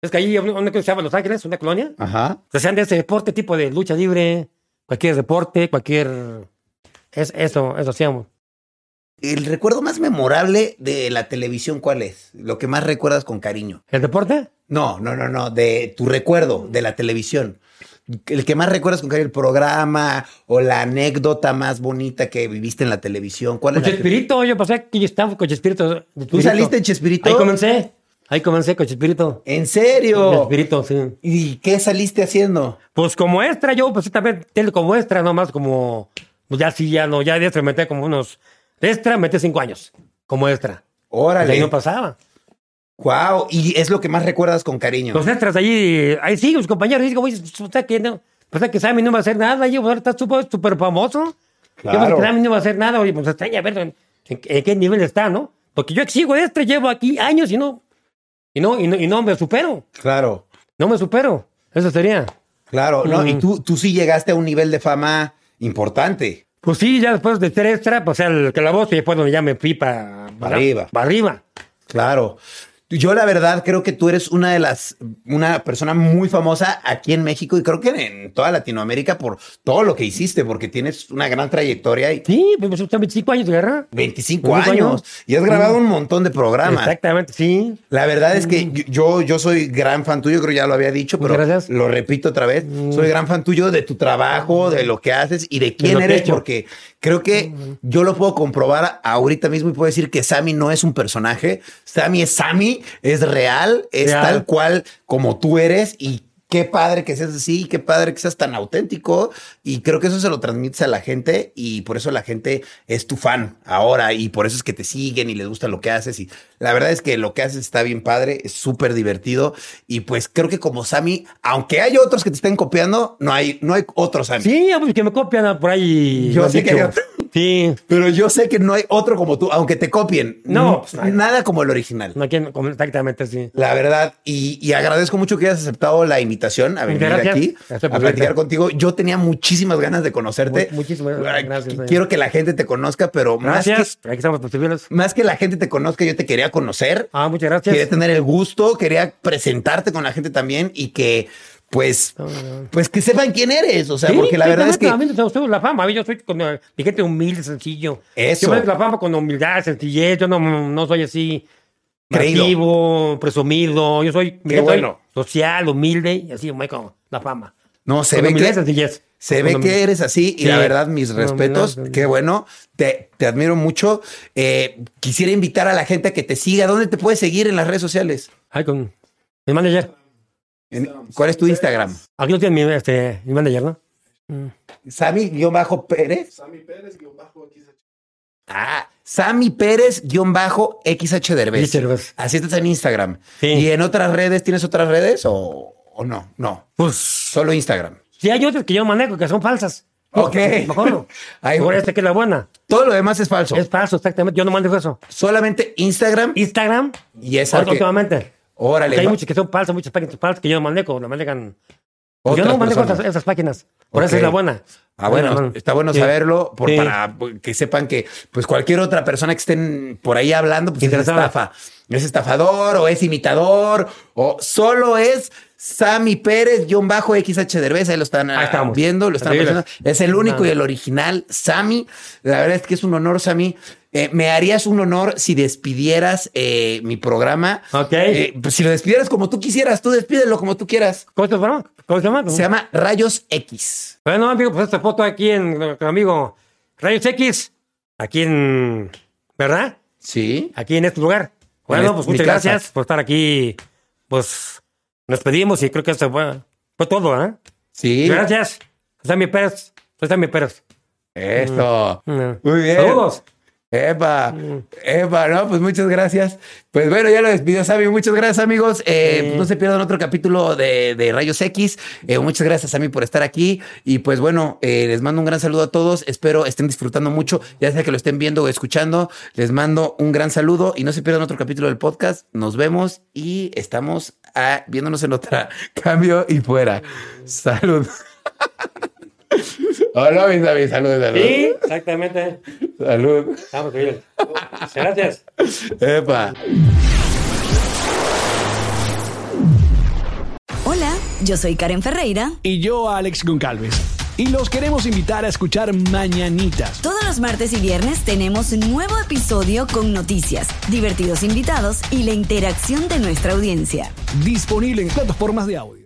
Es que allí, una que se llama Los Ángeles, una colonia,
Ajá.
que sean de ese deporte, tipo de lucha libre, cualquier deporte, cualquier. Es, eso, eso hacíamos.
El recuerdo más memorable de la televisión, ¿cuál es? Lo que más recuerdas con cariño.
¿El deporte?
No, no, no, no. De tu recuerdo de la televisión. El que más recuerdas con cariño, el programa o la anécdota más bonita que viviste en la televisión. ¿Cuál
Con
es? la que-
Chespirito, yo pasé que yo estaba con Chespirito.
¿Tú saliste en
Ahí
Chespirito?
comencé, ahí comencé con Chespirito.
¿En serio?
Chespirito, sí.
¿Y qué saliste haciendo?
Pues como extra, yo pues también tele como extra, nomás como, pues ya sí, ya no, ya de extra metí como unos, de extra metí cinco años, como extra. De Pues ahí
Órale.
no pasaba.
Wow. Y es lo que más recuerdas con cariño.
Los extras de allí, ahí sí, mis compañeros, digo, oye, pues, usted que no, pues usted que Sammy no va a hacer nada, allí, pues ahorita súper súper famoso. Yo pues, que Sammy no va a hacer nada, oye, pues extraña a ver en, en- en qué nivel está, ¿no? Porque yo exijo de extra, llevo aquí años y no, y no, y no, y no me supero,
Claro,
no me supero, eso sería.
claro. No, y
Mm.
tú, tú sí llegaste a un nivel de fama importante.
Pues sí, ya después de ser extra, pues al calabozo y después donde ya me fui para
arriba.
Para arriba.
Claro. Yo la verdad creo que tú eres una de las, una persona muy famosa aquí en México y creo que en toda Latinoamérica por todo lo que hiciste, porque tienes una gran trayectoria y
Sí, pues me son 25 años de guerra.
25
25
años y has grabado un montón de programas.
Exactamente, sí.
La verdad es que yo, yo soy gran fan tuyo, creo que ya lo había dicho, pero
Muchas Mm. gracias. Mm.
lo repito otra vez. Soy gran fan tuyo de tu trabajo, de lo que haces y de quién
lo que he
eres,
hecho. Mm.
porque creo que yo lo puedo comprobar ahorita mismo y puedo decir que Sammy no es un personaje. Sammy es Sammy, es real, es
Real.
tal cual como tú eres y qué padre que seas así, qué padre que seas tan auténtico y creo que eso se lo transmites a la gente y por eso la gente es tu fan ahora y por eso es que te siguen y les gusta lo que haces y la verdad es que lo que haces está bien padre, es súper divertido y pues creo que como Sammy, aunque hay otros que te estén copiando, no hay no hay otro Sammy.
Sí, pues que me copian por ahí.
Yo
lo han
sé que
dicho.
hay otro.
Sí.
Pero yo sé que no hay otro como tú, aunque te copien.
No,
N-
pues, ay.
nada como el original.
No, aquí no, como exactamente, sí.
La verdad, y, y agradezco mucho que hayas aceptado la invitación a venir
Gracias.
aquí
Está
a
perfecto.
platicar contigo. Yo tenía muchísimas ganas de conocerte.
Mu- muchísimas
Ay,
gracias,
qu-
señor.
Quiero que la gente te conozca, pero más que,
Gracias. Aquí estamos los civiles.
más que la gente te conozca, yo te quería conocer.
Ah, muchas
Quería
gracias.
tener el gusto, quería presentarte con la gente también y que, pues, pues que sepan quién eres. O sea,
Sí,
porque la verdad es
exactamente,
que
a mí no se me sube la fama. A mí yo soy con, eh, mi gente humilde, sencillo.
Eso.
Yo veo la fama con humildad, sencillez. Yo no, no soy así.
Creído.
Creído. presumido. Yo soy, mi
Qué
gente soy
bueno.
social, humilde y así, me con la fama.
no se
Con
ve
humildad y
que
sencillez.
Se
Con
ve
humildad.
que eres así y
Pues Sí.
la verdad, mis
No,
respetos.
no, no, no.
Qué bueno. Te, te admiro mucho. Eh, quisiera invitar a la gente a que te siga. ¿Dónde te puedes seguir en las redes sociales?
Ay, con mi manager.
En- ¿Cuál es tu Instagram?
Aquí no tiene mi, este, mi manager, ¿no? Mm.
Sammy-Pérez. Ah, Sammy Pérez-XH
Sí,
Derbez.
Cervez.
Así estás en Instagram.
Sí.
¿Y en otras redes? ¿Tienes otras redes o, o no? No,
Pues,
solo Instagram.
sí hay otras que yo manejo que son falsas.
Ok.
Mejor no.
Ahí
Por
va.
esta que es la buena.
Todo lo demás es falso.
Es falso, exactamente. Yo no manejo eso.
Solamente Instagram
Instagram,
y es
ahora
algo.
últimamente.
Órale.
Hay
va-
muchas que son falsas, muchas páginas falsas que yo no manejo, la manejan. Yo
otras
no manejo
personas.
esas, esas páginas. Por eso
Ok.
es la buena.
Ah, bueno,
Bueno,
está bueno
sí.
saberlo por,
Sí.
para que sepan que pues cualquier otra persona que estén por ahí hablando, pues es
Interesada.
estafa. es estafador o es imitador o solo es Sammy Pérez-XH Derbez. Ahí lo están ah,
Ahí estamos.
viendo, lo están
Ahí
viendo. Es el único y el original Sammy. La verdad es que es un honor, Sammy. Eh, me harías un honor si despidieras eh, mi programa.
Ok.
Eh, pues si lo despidieras como tú quisieras, tú despídelo como tú quieras.
¿Cómo se llama? ¿Cómo se llama?
Se llama Rayos X.
Bueno, amigo, pues esta foto aquí en, eh, con amigo Rayos X, aquí en, ¿verdad?
Sí.
Aquí en este lugar.
En
Bueno,
este-
pues
mi
muchas
casa.
gracias por estar aquí. Pues nos pedimos y creo que eso fue, fue todo, ¿verdad?
Sí.
Gracias. Sammy Pérez. Soy Sammy Pérez.
Eso.
Mm.
Muy bien.
Saludos.
Epa, epa, no, pues muchas gracias. Pues bueno, ya lo despidió Sammy. Muchas gracias, amigos. Eh, pues No se pierdan otro capítulo de, de Rayos X. Eh, muchas gracias, Sammy, por estar aquí. Y pues bueno, eh, les mando un gran saludo a todos. Espero estén disfrutando mucho, ya sea que lo estén viendo o escuchando. Les mando un gran saludo y no se pierdan otro capítulo del podcast. Nos vemos y estamos ah, viéndonos en otra. Cambio y fuera. Salud. Hola, mi Sammy. Salud, salud.
Sí, exactamente.
Salud.
Vamos, bien. Gracias.
Epa.
Hola, yo soy Karen Ferreira.
y yo Alex Goncalves. Y los queremos invitar a escuchar Mañanitas
Todos los martes y viernes tenemos un nuevo episodio con noticias, divertidos invitados y la interacción de nuestra audiencia.
disponible en plataformas de audio.